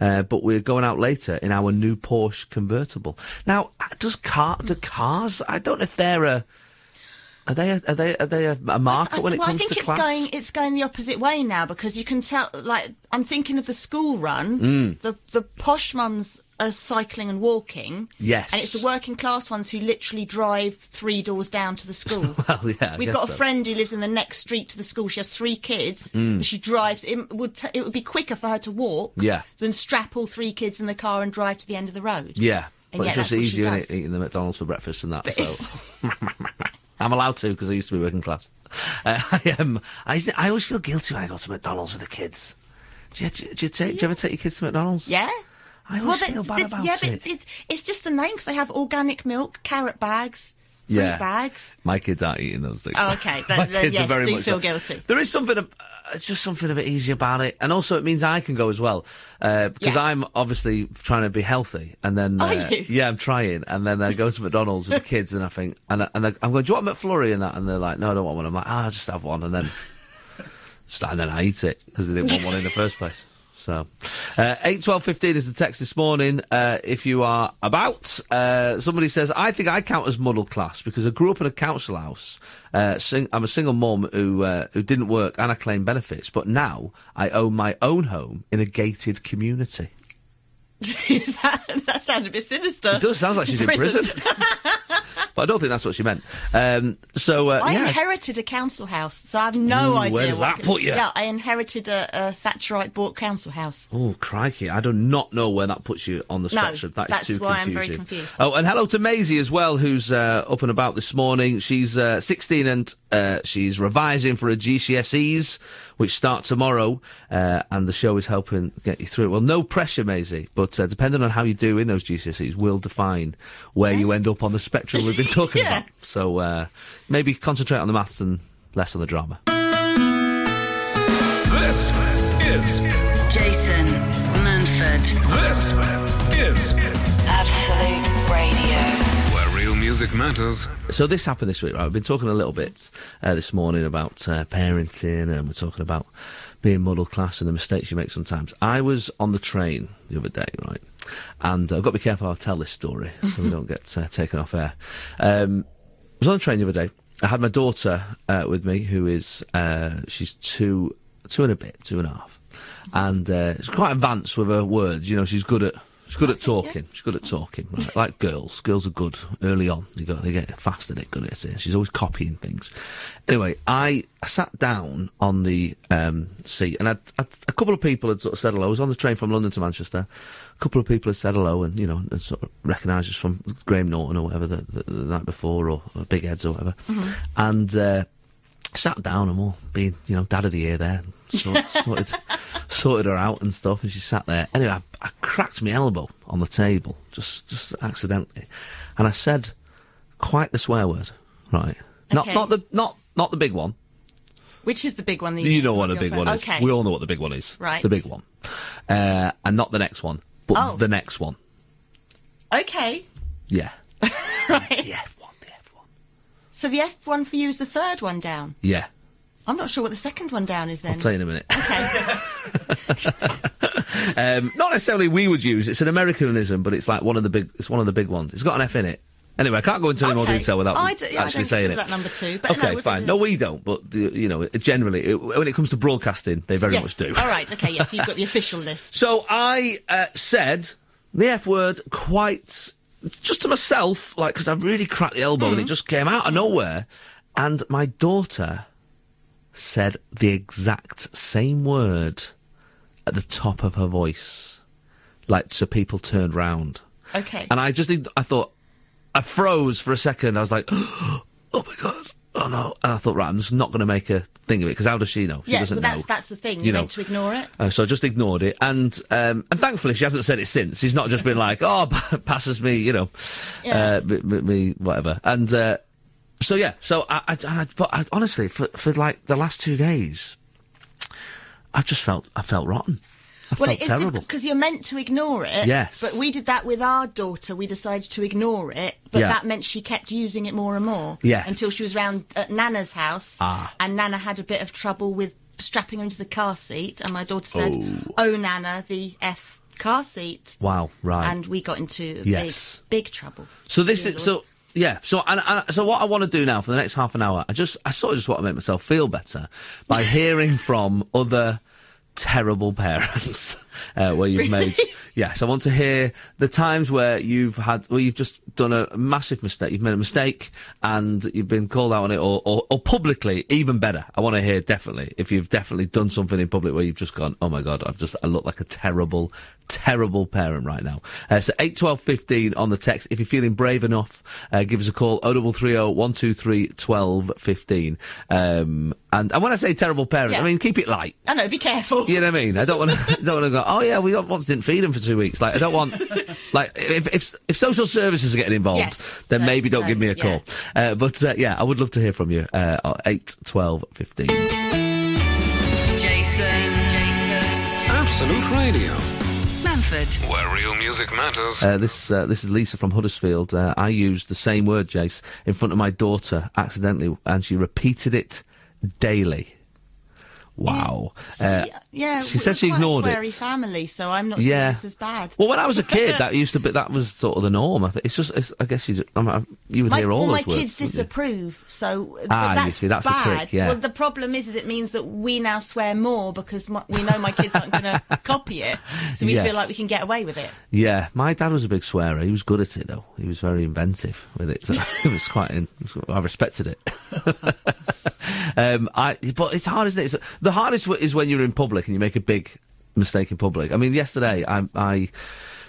C: Uh, but we're going out later in our new Porsche convertible. Now, uh, does car do cars? I don't know if they're a are they a, are they are they a, a market
D: I-
C: when it
D: well,
C: comes
D: I think
C: to
D: it's
C: class?
D: going it's going the opposite way now because you can tell. Like I'm thinking of the school run.
C: Mm.
D: The the posh mums are cycling and walking.
C: Yes.
D: and it's the working class ones who literally drive three doors down to the school.
C: Well, yeah, I
D: We've
C: guess
D: got a
C: so.
D: friend who lives in the next street to the school. She has three kids. but She drives. It would t- it would be quicker for her to walk.
C: Mm. Yeah.
D: than strap all three kids in the car and drive to the end of the road.
C: Yeah,
D: And
C: but
D: yet
C: it's just
D: that's what she
C: easier innit,
D: does.
C: eating the McDonald's for breakfast and that.
D: But it's-
C: so I'm allowed to because I used to be working class. Uh, I um, I, used to- I always feel guilty when I go to McDonald's with the kids. Do you, do, you- do you take, do you ever take your kids to McDonald's?
D: Yeah.
C: I always feel bad
D: th-
C: about
D: yeah,
C: it.
D: but it's, it's just the name 'cause they have organic milk, carrot bags, fruit
C: Yeah.
D: bags.
C: My kids aren't eating those things.
D: Oh, okay. Then-
C: My
D: then
C: kids are
D: yes,
C: very
D: do
C: much
D: feel
C: not-
D: guilty.
C: There is something, ab- uh, it's just something a bit easy about it, and also it means I can go as well uh, because
D: Yeah.
C: I'm obviously trying to be healthy, and then
D: Are
C: uh,
D: you?
C: yeah, I'm trying, and then I go to McDonald's with the kids, and I think, and, I, and I, I'm going, do you want McFlurry and that, and they're like, no, I don't want one. I'm like, ah, I'll just have one, and then. Just- and then I eat it because they didn't want one in the first place. So, uh, eight twelve fifteen is the text this morning. Uh, if you are about, uh, somebody says, I think I count as muddle class because I grew up in a council house. Uh, sing- I'm a single mum who uh, who didn't work and I claim benefits, but now I own my own home in a gated community.
D: Is that, that sounded a bit sinister.
C: It does sound like she's in prison, but I don't think that's what she meant. Um, so uh,
D: I
C: yeah,
D: inherited a council house, so I have no
C: Ooh,
D: idea.
C: where does
D: what
C: that
D: could-
C: put you?
D: Yeah, I inherited a, a Thatcherite bought council house.
C: Oh crikey! I do not know where that puts you on the
D: No,
C: spectrum. That is
D: that's
C: too
D: why I'm
C: confusing.
D: very confused.
C: Oh, and hello to Maisie as well, who's uh, up and about this morning. She's uh, 16 and uh, she's revising for her GCSEs, which start tomorrow. Uh, and the show is helping get you through it. Well, no pressure, Maisie, but uh, depending on how you do in those GCSEs, will define where you end up on the spectrum we've been talking
D: Yeah.
C: about. So uh, maybe concentrate on the maths and less on the drama.
A: This is
B: Jason Manford.
A: this is
B: Absolute Radio.
A: where real music matters.
C: So this happened this week, right? We've been talking a little bit uh, this morning about uh, parenting, and we're talking about being middle class and the mistakes you make sometimes. I was on the train the other day, right, and I've got to be careful how I tell this story so we don't get uh, taken off air. Um, I was on the train the other day. I had my daughter uh, with me, who is uh, she's two, two and a bit, two and a half, and uh, she's quite advanced with her words. You know, she's good at she's good at talking. She's good at talking, right? like girls. Girls are good early on. They go, they get fast at it, good at it. She's always copying things. Anyway, I sat down on the um, seat, and I'd, I'd, a couple of people had sort of said hello. I was on the train from London to Manchester. A couple of people had said hello, and you know, and sort of recognised us from Graham Norton or whatever the, the, the night before, or, or Big Heads or whatever, and. Uh, sat down and all being, you know, dad of the year there, sort, sorted, sorted her out and stuff, and she sat there. Anyway, I, I cracked my elbow on the table, just just accidentally, and I said quite the swear word, right? Not
D: Okay.
C: not the not not the big one.
D: Which is the big one? these
C: You
D: days,
C: know
D: not
C: what a
D: your
C: big
D: phone.
C: one is.
D: Okay.
C: We all know what the big one is.
D: Right.
C: The big one, uh, and not the next one, but
D: Oh.
C: the next one.
D: Okay.
C: Yeah,
D: Right.
C: the F one, the F one.
D: So the F one for you is the third one down.
C: Yeah,
D: I'm not sure what the second one down is then.
C: I'll tell you in a minute.
D: okay.
C: Um, not necessarily we would use. It's an Americanism, but it's like one of the big. It's one of the big ones. It's got an F in it. Anyway, I can't go into any more
D: Okay.
C: detail without
D: I d- yeah, I
C: actually
D: don't
C: saying
D: consider
C: it.
D: that number two, but no,
C: okay,
D: we'll do
C: fine.
D: it.
C: No, we don't. But the- you know, generally, it, when it comes to broadcasting, they very
D: yes.
C: much do.
D: All right. Okay. Yes, you've got the official list.
C: So I uh, said the F word quite just to myself, like, because I really cracked the elbow
D: Mm.
C: and it just came out of nowhere. And my daughter said the exact same word at the top of her voice, like, so people turned round.
D: Okay.
C: And I just, think- I thought, I froze for a second. I was like, oh my God. Oh no. And I thought, right, I'm just not going to make a thing of it because how does she know? She
D: yeah,
C: doesn't
D: but that's
C: know.
D: that's the thing.
C: you
D: You're
C: know.
D: meant to ignore it.
C: Uh, so I just ignored it, and um, and thankfully she hasn't said it since. She's not just been like, "Oh, passes me," you know,
D: Yeah.
C: uh, me, me- me, whatever. And uh, so yeah, so I, I, and I but I, honestly, for for like the last two days, I just felt I felt rotten. I felt terrible.
D: because you're meant to ignore it.
C: Yes.
D: But we did that with our daughter. We decided to ignore it, but
C: Yeah.
D: that meant she kept using it more and more.
C: Yeah.
D: Until she was round at Nana's house,
C: Ah.
D: and Nana had a bit of trouble with strapping her into the car seat, and my daughter said, "Oh, Nana, the F car seat."
C: wow, right.
D: And we got into
C: Yes.
D: big, big trouble.
C: So this
D: Dear
C: is
D: Lord.
C: so yeah. So and, and so what I want to do now for the next half an hour, I just I sort of just want to make myself feel better by hearing from other terrible parents uh, where you've made yes i want to hear the times where you've had where you've just done a massive mistake you've made a mistake and you've been called out on it or, or, or publicly even better i want to hear definitely if you've definitely done something in public where you've just gone oh my god i've just i look like a terrible terrible parent right now uh, so 8 12 15 on the text if you're feeling brave enough uh, give us a call 0330 123 12 15 um, and, and when i say terrible parent
D: Yeah.
C: i mean keep it light
D: I know. Be careful.
C: you know what I mean? I don't want to. Don't want to go. Oh yeah, we once didn't feed him for two weeks. Like I don't want. like if if if social services are getting involved,
D: Yes.
C: then
D: No,
C: maybe don't
D: no,
C: give me a call. Uh, but uh, yeah, I would love to hear from you. Uh, on eight, twelve, fifteen.
B: Jason. Jason.
A: Absolute Radio,
B: Manford.
A: where real music matters.
C: Uh, this uh, this is Lisa from Huddersfield. Uh, I used the same word, Jace, in front of my daughter accidentally, and she repeated it daily. Wow. Uh,
D: yeah.
C: She
D: we're
C: said she
D: quite
C: ignored
D: a
C: it.
D: sweary family, so I'm not saying this is bad.
C: Well, when I was a kid, that used to be that was sort of the norm. I think it's just it's, I guess you just, I mean, I- you would
D: My,
C: hear all
D: well, my
C: those words.
D: kids
C: wouldn't you?
D: disapprove, so uh,
C: Ah, you
D: that's,
C: see, that's the
D: bad.
C: trick, yeah.
D: Well, the problem is, is it means that we now swear more because my, we know my kids aren't going to copy it, so we
C: Yes.
D: feel like we can get away with it.
C: Yeah, my dad was a big swearer. He was good at it though. He was very inventive with it. So it was quite. In, I respected it. um, I but it's hard, isn't it? It's, the hardest w- is when you're in public and you make a big mistake in public. I mean, yesterday I. I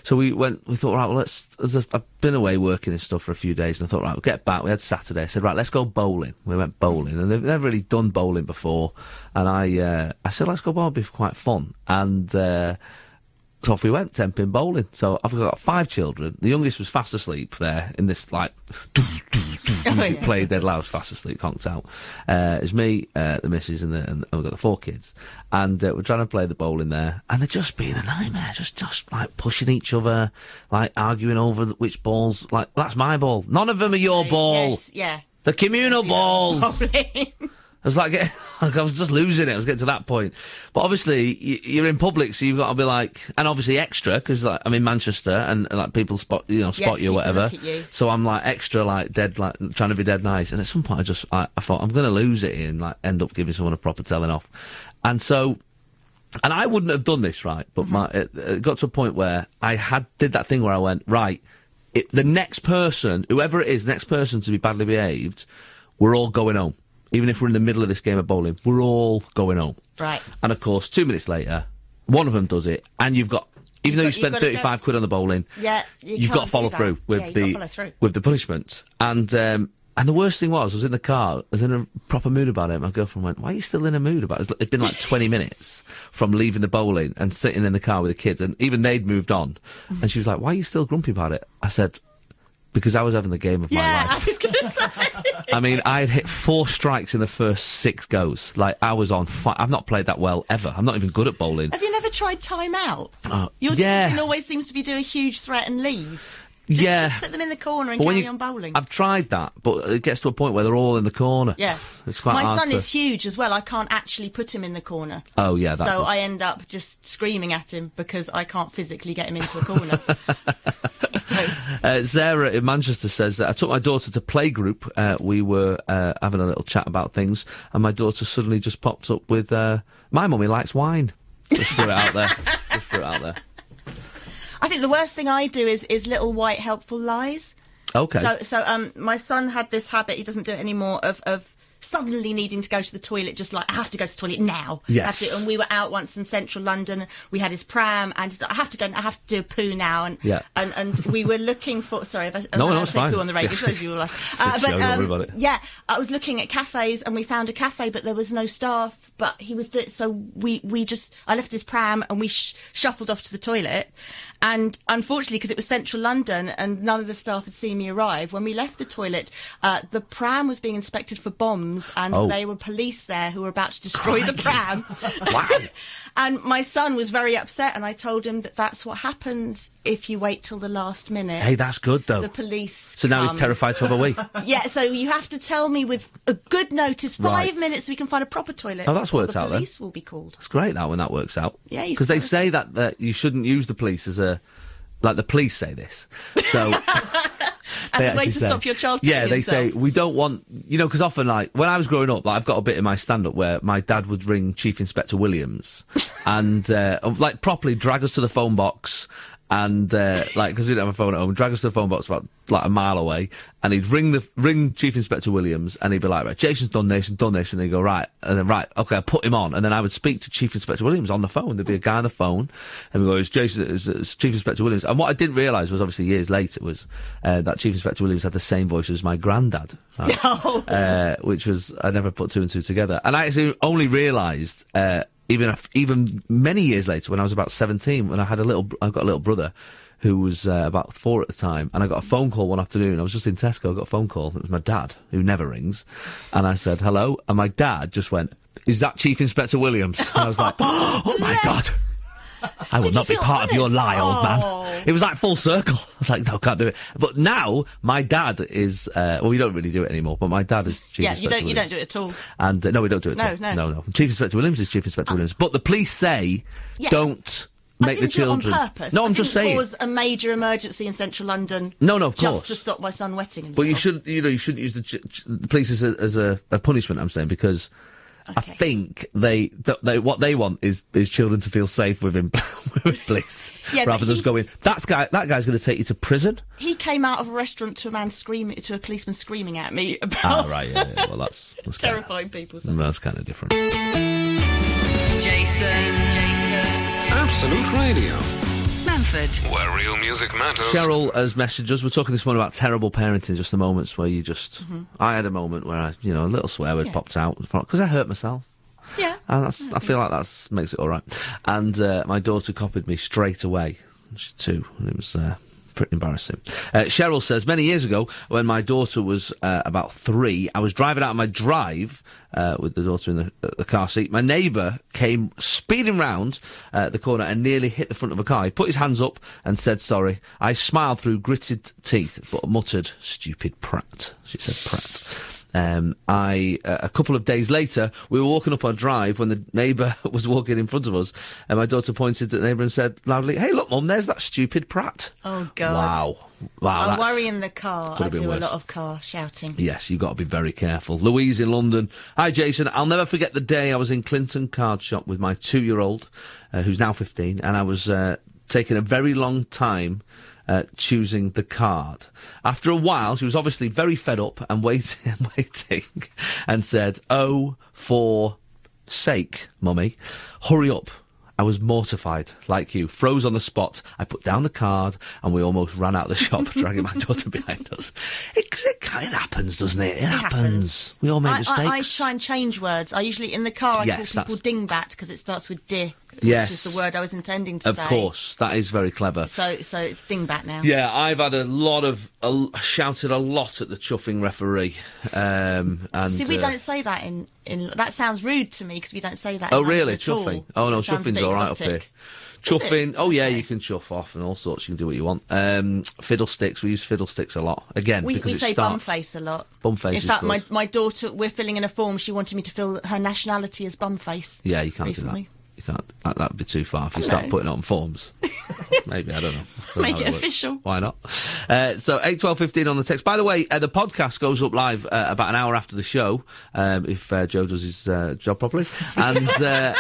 C: so we went. We thought, right, well, let's. there's a- I've been away working and stuff for a few days, and I thought, right, we'll get back. We had Saturday. I said, right, let's go bowling. We went bowling, and they've never really done bowling before. And I, uh, I said, let's go bowling. It'd be quite fun. And uh, so off we went, ten pin bowling. So I've got five children. The youngest was fast asleep there in this like music
D: Oh, yeah.
C: played dead loud, fast asleep, conked out. Uh, it's me, uh, the missus, and, the, and and we've got the four kids, and uh, we're trying to play the bowling there, and they're just being a nightmare, just just like pushing each other, like arguing over th- which balls. Like that's my ball. None of them are your ball.
D: Uh, Yes, yeah.
C: The communal balls.
D: Probably.
C: I was like, get- like, I was just losing it. I was getting to that point. But obviously, y- you're in public, so you've got to be like, and obviously extra because like I'm in Manchester and uh, like people spot you know spot you or
D: people
C: whatever.
D: look at you.
C: So I'm like extra like dead like trying to be dead nice. And at some point, I just I, I thought I'm going to lose it here and like end up giving someone a proper telling off. And so and I wouldn't have done this right,
D: Mm-hmm.
C: but my it, it got to a point where I had did that thing where I went right. It, the next person, whoever it is, the next person to be badly behaved, we're all going home. Even if we're in the middle of this game of bowling, we're all going home.
D: Right.
C: And of course, two minutes later, one of them does it, and you've got. Even though you
D: You've got-
C: spent
D: you've gotta go-
C: thirty-five quid on the bowling,
D: Yeah, you
C: have got
D: can't
C: to
D: do
C: follow
D: that.
C: through with
D: Yeah, you've gotta
C: the
D: follow through.
C: with the punishment. And um, and the worst thing was, I was in the car, I was in a proper mood about it. My girlfriend went, "Why are you still in a mood about it?" It'd been like twenty minutes from leaving the bowling and sitting in the car with the kids, and even they'd moved on. And she was like, "Why are you still grumpy about it?" I said, "Because I was having the game of my
D: yeah,
C: life."
D: I was going to say.
C: I mean, I had hit four strikes in the first six goes. Like I was on fire. I've not played that well ever. I'm not even good at bowling.
D: Have you never tried time out?
C: Oh,
D: Your
C: yeah.
D: discipline always seems to be do a huge threat and leave. Just,
C: yeah.
D: just put them in the corner and
C: But when
D: carry
C: you-
D: on bowling.
C: I've tried that, but it gets to a point where they're all in the corner.
D: yeah,
C: it's quite
D: my
C: hard
D: son
C: to-
D: is huge as well. I can't actually put him in the corner.
C: Oh yeah,
D: So
C: that does-
D: I end up just screaming at him because I can't physically get him into a corner. so,
C: Uh, Zara in Manchester says that I took my daughter to playgroup. Uh, we were uh, having a little chat about things, and my daughter suddenly just popped up with, uh, "My mummy likes wine." Just threw it out there. Just threw it out there.
D: I think the worst thing I do is is little white helpful lies.
C: Okay.
D: So, so um, my son had this habit. He doesn't do it anymore. Of of suddenly needing to go to the toilet, just like I have to go to the toilet now. I have
C: Yes.
D: to- and we were out once in central London. We had his pram, and he's like, I have to go. I have to do a poo now. And
C: Yeah.
D: and, and we were looking for. Sorry, if I,
C: No,
D: I
C: no, it's
D: said
C: fine.
D: poo on the radio.
C: Yeah.
D: so you were like,
C: a
D: uh, but
C: show, don't worry
D: um,
C: about it.
D: yeah, I was looking at cafes and we found a cafe, but there was no staff. But he was doing so. We we just I left his pram and we sh- shuffled off to the toilet. And unfortunately, because it was central London and none of the staff had seen me arrive, when we left the toilet, uh, the pram was being inspected for bombs, and
C: Oh.
D: they were police there who were about to destroy the pram.
C: Crikey. wow.
D: and my son was very upset, and I told him that that's what happens if you wait till the last minute.
C: Hey, that's good though.
D: The police.
C: So now
D: come.
C: he's terrified to have a wee.
D: Yeah, so you have to tell me with a good notice, five
C: Right.
D: minutes, so we can find a proper toilet.
C: Oh, that's
D: or
C: worked
D: the
C: out then.
D: police will be called.
C: It's great that when that works out.
D: Yeah, he's
C: because they
D: fine.
C: say that that you shouldn't use the police as a like the police say this. So
D: As
C: they
D: a way
C: actually
D: to stop your child
C: Yeah,
D: killing
C: they say
D: himself.
C: we don't want you know because often like when I was growing up, like, I've got a bit in my stand-up where my dad would ring Chief Inspector Williams and uh, like properly drag us to the phone box. And uh, like, because we didn't have a phone at home, drag us to the phone box about like a mile away, and he'd ring the ring Chief Inspector Williams, and he'd be like, "Right, Jason's done this and done this," and he'd go, "Right," and then right, okay, I put him on, and then I would speak to Chief Inspector Williams on the phone. There'd be a guy on the phone, and we go, "It's Jason, it's, it's Chief Inspector Williams." And what I didn't realise was obviously years later was uh, that Chief Inspector Williams had the same voice as my granddad. right?
D: No.
C: uh, which was I never put two and two together, and I actually only realised uh, even af- even many years later when I was about seventeen, when I had a little, br- I got a little brother who was uh, about four at the time, and I got a phone call one afternoon. I was just in Tesco, I got a phone call. It was my dad who never rings, and I said hello, and my dad just went, "Is that Chief Inspector Williams?" And I was like, "Oh my god." I will
D: Did you
C: not be
D: feel
C: part of your
D: honoured?
C: lie, old
D: Oh.
C: man. It was like full circle. I was like, no, can't do it. But now my dad is uh, well, we don't really do it anymore. But my dad is chief
D: yeah,
C: Inspector
D: you don't you don't
C: Williams.
D: do it at all.
C: And uh, no, we don't do it. at
D: No,
C: all.
D: no. Oh.
C: no, no. Chief Inspector Williams is Chief Inspector Williams. But the police say
D: Yeah.
C: don't
D: I
C: make the
D: didn't do it
C: children.
D: on purpose.
C: No,
D: I
C: I'm just
D: didn't
C: saying.
D: cause a major emergency in central London.
C: No, no, of
D: just
C: course.
D: to stop my son wetting himself.
C: But you should, you know, you shouldn't use the, ch- ch- the police as a, as a, a punishment. I'm saying because I
D: Okay.
C: think they, th- they what they want is is children to feel safe within with police,
D: Yeah, but
C: rather than
D: he-
C: just going. That's guy. That guy's going to take you to prison.
D: He came out of a restaurant to a man screaming to a policeman screaming at me about
C: Ah, right. Yeah, yeah, well, that's, that's kinda-
D: terrifying people.
C: Mm, That's kind of different.
B: Jason. Jason.
A: Absolute Radio,
B: Manford.
A: where real music matters.
C: Cheryl has messaged us. We're talking this morning about terrible parenting, just the moments where you just. I had a moment where I, you know, a little swear word
D: Yeah.
C: popped out because I hurt myself.
D: Yeah.
C: And that's, I feel like that makes it all right. And uh, my daughter copied me straight away. She's two, and it was uh, pretty embarrassing. Uh, Cheryl says many years ago, when my daughter was uh, about three, I was driving out of my drive uh, with the daughter in the, the car seat. My neighbour came speeding round uh, the corner and nearly hit the front of a car. He put his hands up and said sorry. I smiled through gritted teeth, but muttered, "Stupid prat." She said, "Prat." Um, I uh, a couple of days later, we were walking up our drive when the neighbour was walking in front of us, and my daughter pointed at the neighbour and said loudly, "Hey, look, mum, there's that stupid prat."
D: Oh, God.
C: Wow, wow.
D: I
C: that's-
D: worry in the car.
C: could've
D: I
C: been
D: do a
C: worse.
D: lot of car shouting.
C: Yes, you've got to be very careful. Louise in London. Hi, Jason. I'll never forget the day I was in Clinton Card Shop with my two year old, uh, who's now 15, and I was uh, taking a very long time. Uh, choosing the card. After a while, she was obviously very fed up and waiting and waiting and said, Oh, for sake, mummy, hurry up. I was mortified, like you, froze on the spot. I put down the card and we almost ran out of the shop, dragging my daughter behind us. It, 'cause it kind of happens, doesn't it? It, happens. We all make
D: I,
C: mistakes.
D: I, I try and change words. I usually in the car I
C: Yes,
D: call people
C: that's-
D: dingbat because it starts with di,
C: Yes.
D: which is the word I was intending to
C: of
D: say.
C: course, that is very clever.
D: So so it's dingbat now.
C: Yeah, I've had a lot of a l shouted a lot at the chuffing referee. Um, and
D: See, we
C: uh,
D: don't say that in, in. That sounds rude to me because we don't say that.
C: Oh
D: in London
C: really,
D: at all,
C: chuffing? Oh no,
D: because it sounds a
C: chuffing's
D: bit
C: all right up here.
D: exotic.
C: Chuffing. Oh yeah, you can chuff off and all sorts. You can do what you want. Um, fiddlesticks. We use fiddlesticks a lot again
D: We,
C: because
D: we
C: it
D: say
C: starts.
D: bumface a lot.
C: Bumface
D: In
C: is
D: fact, my,
C: good.
D: my daughter, we're filling in a form. She wanted me to fill her nationality as bumface.
C: Yeah, you can't
D: recently.
C: do that. You can't. That, that'd be too far if you start
D: know.
C: putting it on forms. Maybe I don't know. I don't know
D: Make
C: how
D: it
C: works.
D: official.
C: Why not? Uh, so eight twelve fifteen on the text. By the way, uh, the podcast goes up live uh, about an hour after the show, um, if uh, Joe does his uh, job properly, and. Uh,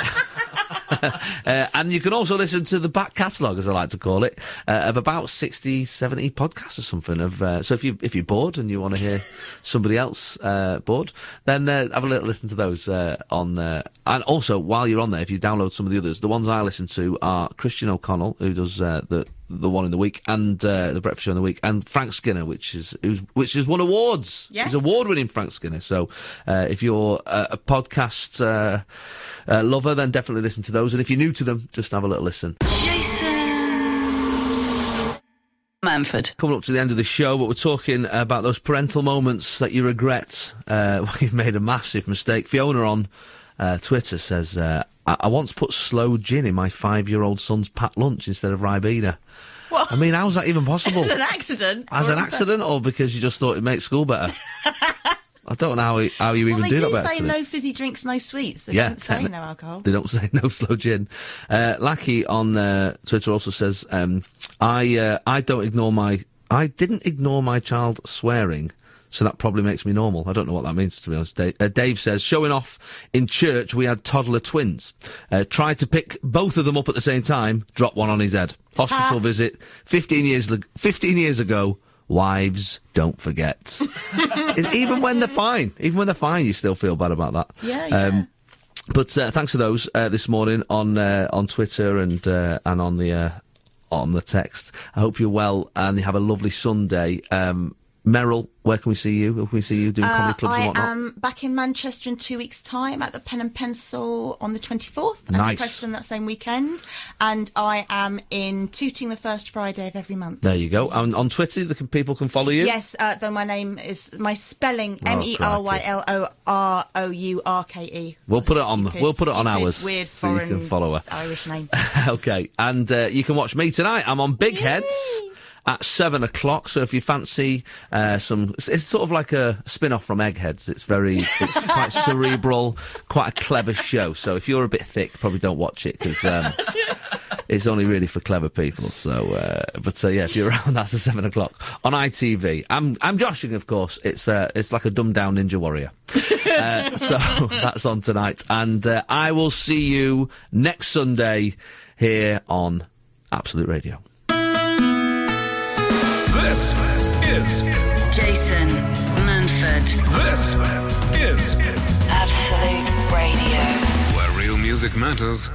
C: uh, and you can also listen to the back catalogue, as I like to call it, uh, of about 60, 70 podcasts or something. Of uh, so if you if you're bored and you want to hear somebody else uh, bored, then uh, have a little listen to those uh, on. Uh, and also while you're on there, if you download some of the others, the ones I listen to are Christian O'Connell, who does uh, the the one in the week and uh, the breakfast show in the week, and Frank Skinner, which is who's, which has won awards.
D: Yes.
C: He's award-winning Frank Skinner. So uh, if you're uh, a podcast uh, uh, lover, then definitely listen to those. And if you're new to them, just have a little listen.
B: Jason Manford.
C: Coming up to the end of the show, but we're talking about those parental moments that you regret uh, when you've made a massive mistake. Fiona on uh, Twitter says, uh, I-, "I once put slow gin in my five-year-old son's packed lunch instead of Ribena."
D: What?
C: I mean, how's that even possible?
D: As an accident.
C: As
D: or
C: an
D: a-
C: accident, or because you just thought it makes school better? I don't know how, he- how you
D: Well,
C: even
D: they
C: do
D: do,
C: that better.
D: say
C: to me.
D: no fizzy drinks, no sweets. They don't say
C: techni-
D: no alcohol.
C: They don't say no slow gin. Uh, Lackey on uh, Twitter also says, um, "I uh, I don't ignore my I didn't ignore my child swearing." So that probably makes me normal. I don't know what that means, to be honest. Dave, uh, Dave says, showing off in church, we had toddler twins. Uh, tried to pick both of them up at the same time, dropped one on his head. Hospital visit, 15 years, lag- 15 years ago, wives don't forget. It's- even when they're fine, even when they're fine, you still feel bad about that. Um,
D: Yeah, yeah.
C: But uh, thanks for those uh, this morning on uh, on Twitter and uh, and on the uh, on the text. I hope you're well and you have a lovely Sunday. Um, Merrill, where can we see you? Where can we see you doing
D: Uh,
C: comedy clubs
D: I
C: and whatnot?
D: am back in Manchester in two weeks' time at the Pen and Pencil on the 24th and
C: Nice.
D: Preston that same weekend. And I am in Tooting the first Friday of every month.
C: there you go. And on Twitter, the can, people can follow you.
D: Yes, uh, though my name is my spelling
C: Oh,
D: M E R Y L O R O U R K E.
C: We'll put it on- we'll put it on
D: stupid,
C: ours,
D: Weird
C: so you
D: foreign
C: can follow her.
D: Irish name.
C: okay. And uh, you can watch me tonight. I'm on Big Heads at seven o'clock. So if you fancy uh, some, it's, it's sort of like a spin off from Eggheads. It's very, it's quite cerebral, quite a clever show. So if you're a bit thick, probably don't watch it because. Um, It's only really for clever people, so. Uh, but uh, yeah, if you're around, that's at seven o'clock on ITV. I'm I'm joshing, of course. It's uh, it's like a dumbed down Ninja Warrior. Uh, so that's on tonight. And uh, I will see you next Sunday here on Absolute Radio.
A: This is
B: Jason Manford.
A: this is
B: Absolute Radio.
A: where real music matters.